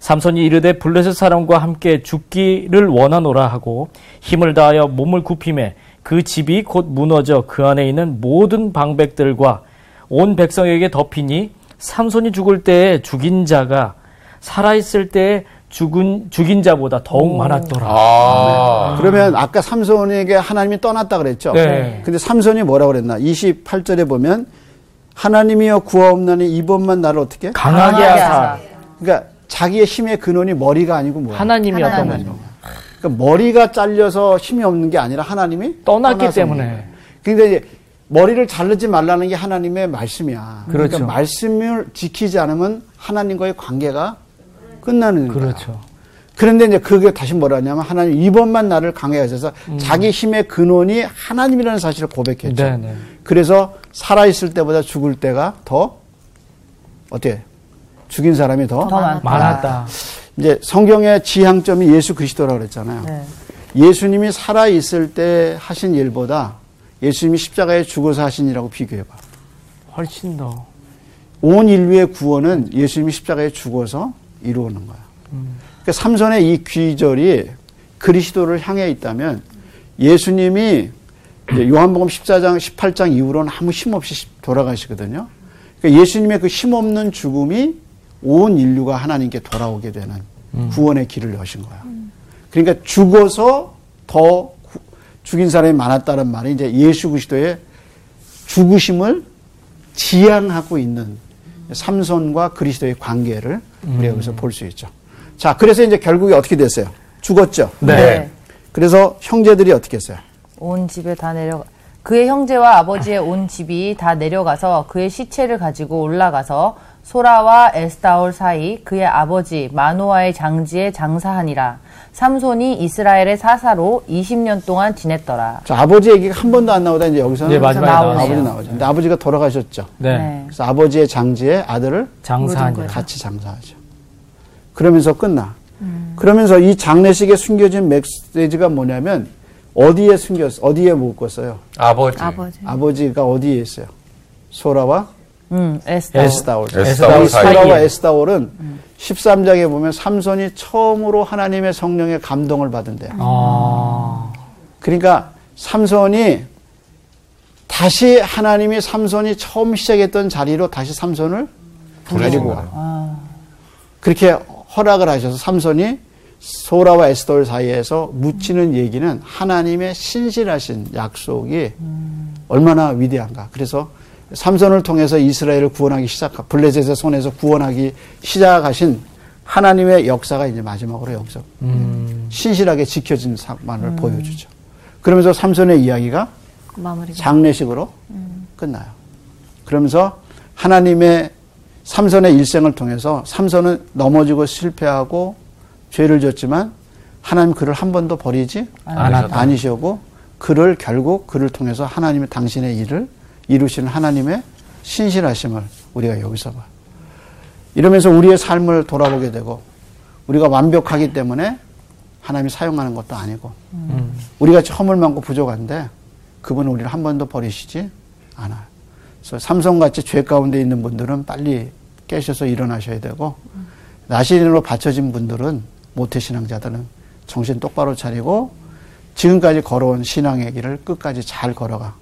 Speaker 1: 삼손이 이르되 블레셋 사람과 함께 죽기를 원하노라 하고 힘을 다하여 몸을 굽힘에 그 집이 곧 무너져 그 안에 있는 모든 방백들과 온 백성에게 덮이니 삼손이 죽을 때에 죽인 자가 살아 있을 때에 죽은 죽인 자보다 더욱 많았더라.
Speaker 5: 아,
Speaker 2: 그러면 아까 삼손에게 하나님이 떠났다 그랬죠.
Speaker 1: 네.
Speaker 2: 근데 삼손이 뭐라 그랬나? 28절에 보면 하나님이여 구하옵나니 이번만 나를 어떻게?
Speaker 1: 강하게 하사
Speaker 2: 그러니까 자기의 힘의 근원이 머리가 아니고 뭐야?
Speaker 1: 하나님이었던
Speaker 4: 하나님.
Speaker 1: 거죠.
Speaker 2: 그러니까 머리가 잘려서 힘이 없는 게 아니라 하나님이
Speaker 1: 떠났기
Speaker 2: 떠나서
Speaker 1: 때문에.
Speaker 2: 있는 거예요. 근데 이제 머리를 자르지 말라는 게 하나님의 말씀이야. 그러니까
Speaker 1: 그렇죠.
Speaker 2: 말씀을 지키지 않으면 하나님과의 관계가 끝나는 거야.
Speaker 1: 그렇죠.
Speaker 2: 그런데 이제 그게 다시 뭐라냐면 하나님 이번만 나를 강하게 하셔서 자기 힘의 근원이 하나님이라는 사실을 고백했죠.
Speaker 1: 음. 네, 네.
Speaker 2: 그래서 살아 있을 때보다 죽을 때가 더 어때? 죽인 사람이 더
Speaker 1: 많았다.
Speaker 2: 이제 성경의 지향점이 예수 그리스도라고 그랬잖아요.
Speaker 3: 네.
Speaker 2: 예수님이 살아 있을 때 하신 일보다 예수님이 십자가에 죽어서 하신 일하고 비교해 봐.
Speaker 1: 훨씬 더.
Speaker 2: 온 인류의 구원은 예수님이 십자가에 죽어서 이루어는 거야. 그러니까 삼손의 이 귀절이 그리스도를 향해 있다면 예수님이 이제 요한복음 14장 18장 이후로는 아무 힘 없이 시- 돌아가시거든요. 그러니까 예수님의 그 힘 없는 죽음이 온 인류가 하나님께 돌아오게 되는 구원의 길을 여신 거야. 그러니까 죽어서 더 구- 죽인 사람이 많았다는 말이 이제 예수 그리스도의 죽으심을 지향하고 있는 삼손과 그리스도의 관계를 우리가
Speaker 1: 음.
Speaker 2: 여기서 볼 수 있죠. 자, 그래서 이제 결국에 어떻게 됐어요? 죽었죠.
Speaker 1: 네.
Speaker 3: 네.
Speaker 2: 그래서 형제들이 어떻게 했어요?
Speaker 3: 온 집에 다 내려가 그의 형제와 아버지의 온 집이 다 내려가서 그의 시체를 가지고 올라가서 소라와 에스타올 사이 그의 아버지 마노아의 장지에 장사하니라 삼손이 이스라엘의 사사로 20년 동안 지냈더라.
Speaker 2: 자, 아버지 얘기가 한 번도 안 나오다 이제 여기서는
Speaker 1: 네, 마지막에
Speaker 3: 나오네요.
Speaker 2: 아버지 나오죠. 근데 아버지가 돌아가셨죠.
Speaker 1: 네.
Speaker 3: 네.
Speaker 2: 그래서 아버지의 장지에 아들을
Speaker 1: 장사하니.
Speaker 2: 네, 같이 장사하죠. 그러면서 끝나. 그러면서 이 장례식에 숨겨진 메시지가 뭐냐면 어디에 숨겼 어디에 묶었어요?
Speaker 5: 아버지.
Speaker 4: 아버지.
Speaker 2: 아버지가 어디에 있어요? 소라와
Speaker 3: 음, 에스타올.
Speaker 2: 에스다올.
Speaker 5: 에스다올
Speaker 2: 이
Speaker 5: 사이에.
Speaker 2: 소라와 에스다올은 13장에 보면 삼손이 처음으로 하나님의 성령의 감동을 받은대요.
Speaker 1: 아.
Speaker 2: 그러니까 삼손이 다시 하나님이 삼손이 처음 시작했던 자리로 다시 삼손을
Speaker 5: 부르신
Speaker 2: 데리고
Speaker 5: 거예요.
Speaker 2: 그렇게 허락을 하셔서 삼손이 소라와 에스더올 사이에서 묻히는 얘기는 하나님의 신실하신 약속이 얼마나 위대한가. 그래서 삼손을 통해서 이스라엘을 구원하기 시작한 블레셋의 손에서 구원하기 시작하신 하나님의 역사가 이제 마지막으로 여기서
Speaker 1: 음.
Speaker 2: 신실하게 지켜진 상만을 보여주죠. 그러면서 삼손의 이야기가
Speaker 4: 마무리.
Speaker 2: 장례식으로 끝나요. 그러면서 하나님의 삼손의 일생을 통해서 삼손은 넘어지고 실패하고 죄를 졌지만 하나님 그를 한 번도 버리지
Speaker 1: 안 하셨다.
Speaker 2: 아니시오고 그를 결국 그를 통해서 하나님의 당신의 일을 이루시는 하나님의 신실하심을 우리가 여기서 봐. 이러면서 우리의 삶을 돌아보게 되고 우리가 완벽하기 때문에 하나님이 사용하는 것도 아니고 우리가 허물 많고 부족한데 그분은 우리를 한 번도 버리시지 않아요. 그래서 삼성같이 죄 가운데 있는 분들은 빨리 깨셔서 일어나셔야 되고 나시린으로 받쳐진 분들은 모태신앙자들은 정신 똑바로 차리고 지금까지 걸어온 신앙의 길을 끝까지 잘 걸어가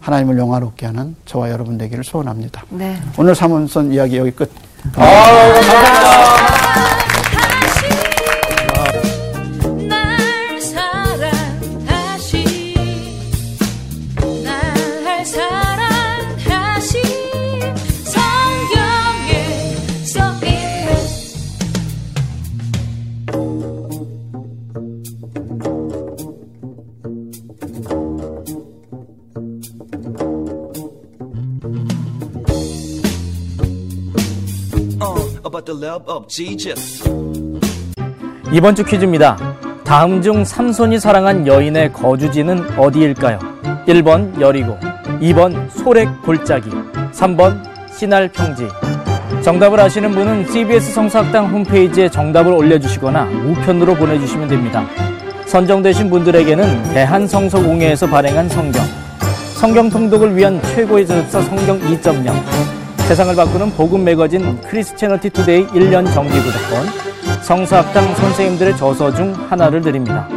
Speaker 2: 하나님을 영화롭게 하는 저와 여러분 되기를 소원합니다.
Speaker 4: 네.
Speaker 2: 오늘 삼원선 이야기 여기 끝.
Speaker 6: 다시 날 사랑하시 날 사랑하시 성경에 써있는
Speaker 7: uh, about the love of Jesus.
Speaker 1: 이번 주 퀴즈입니다. 다음 중 삼손이 사랑한 여인의 거주지는 어디일까요? 1번 여리고, 2번 소렉 골짜기, 3번 시날 평지. 정답을 아시는 분은 CBS 성사학당 홈페이지에 정답을 올려주시거나 우편으로 보내주시면 됩니다. 선정되신 분들에게는 대한성서공회에서 발행한 성경, 성경 통독을 위한 최고의 저술사 성경 2.0, 세상을 바꾸는 복음 매거진 크리스채너티 투데이 1년 정기 구독권, 성사학당 선생님들의 저서 중 하나를 드립니다.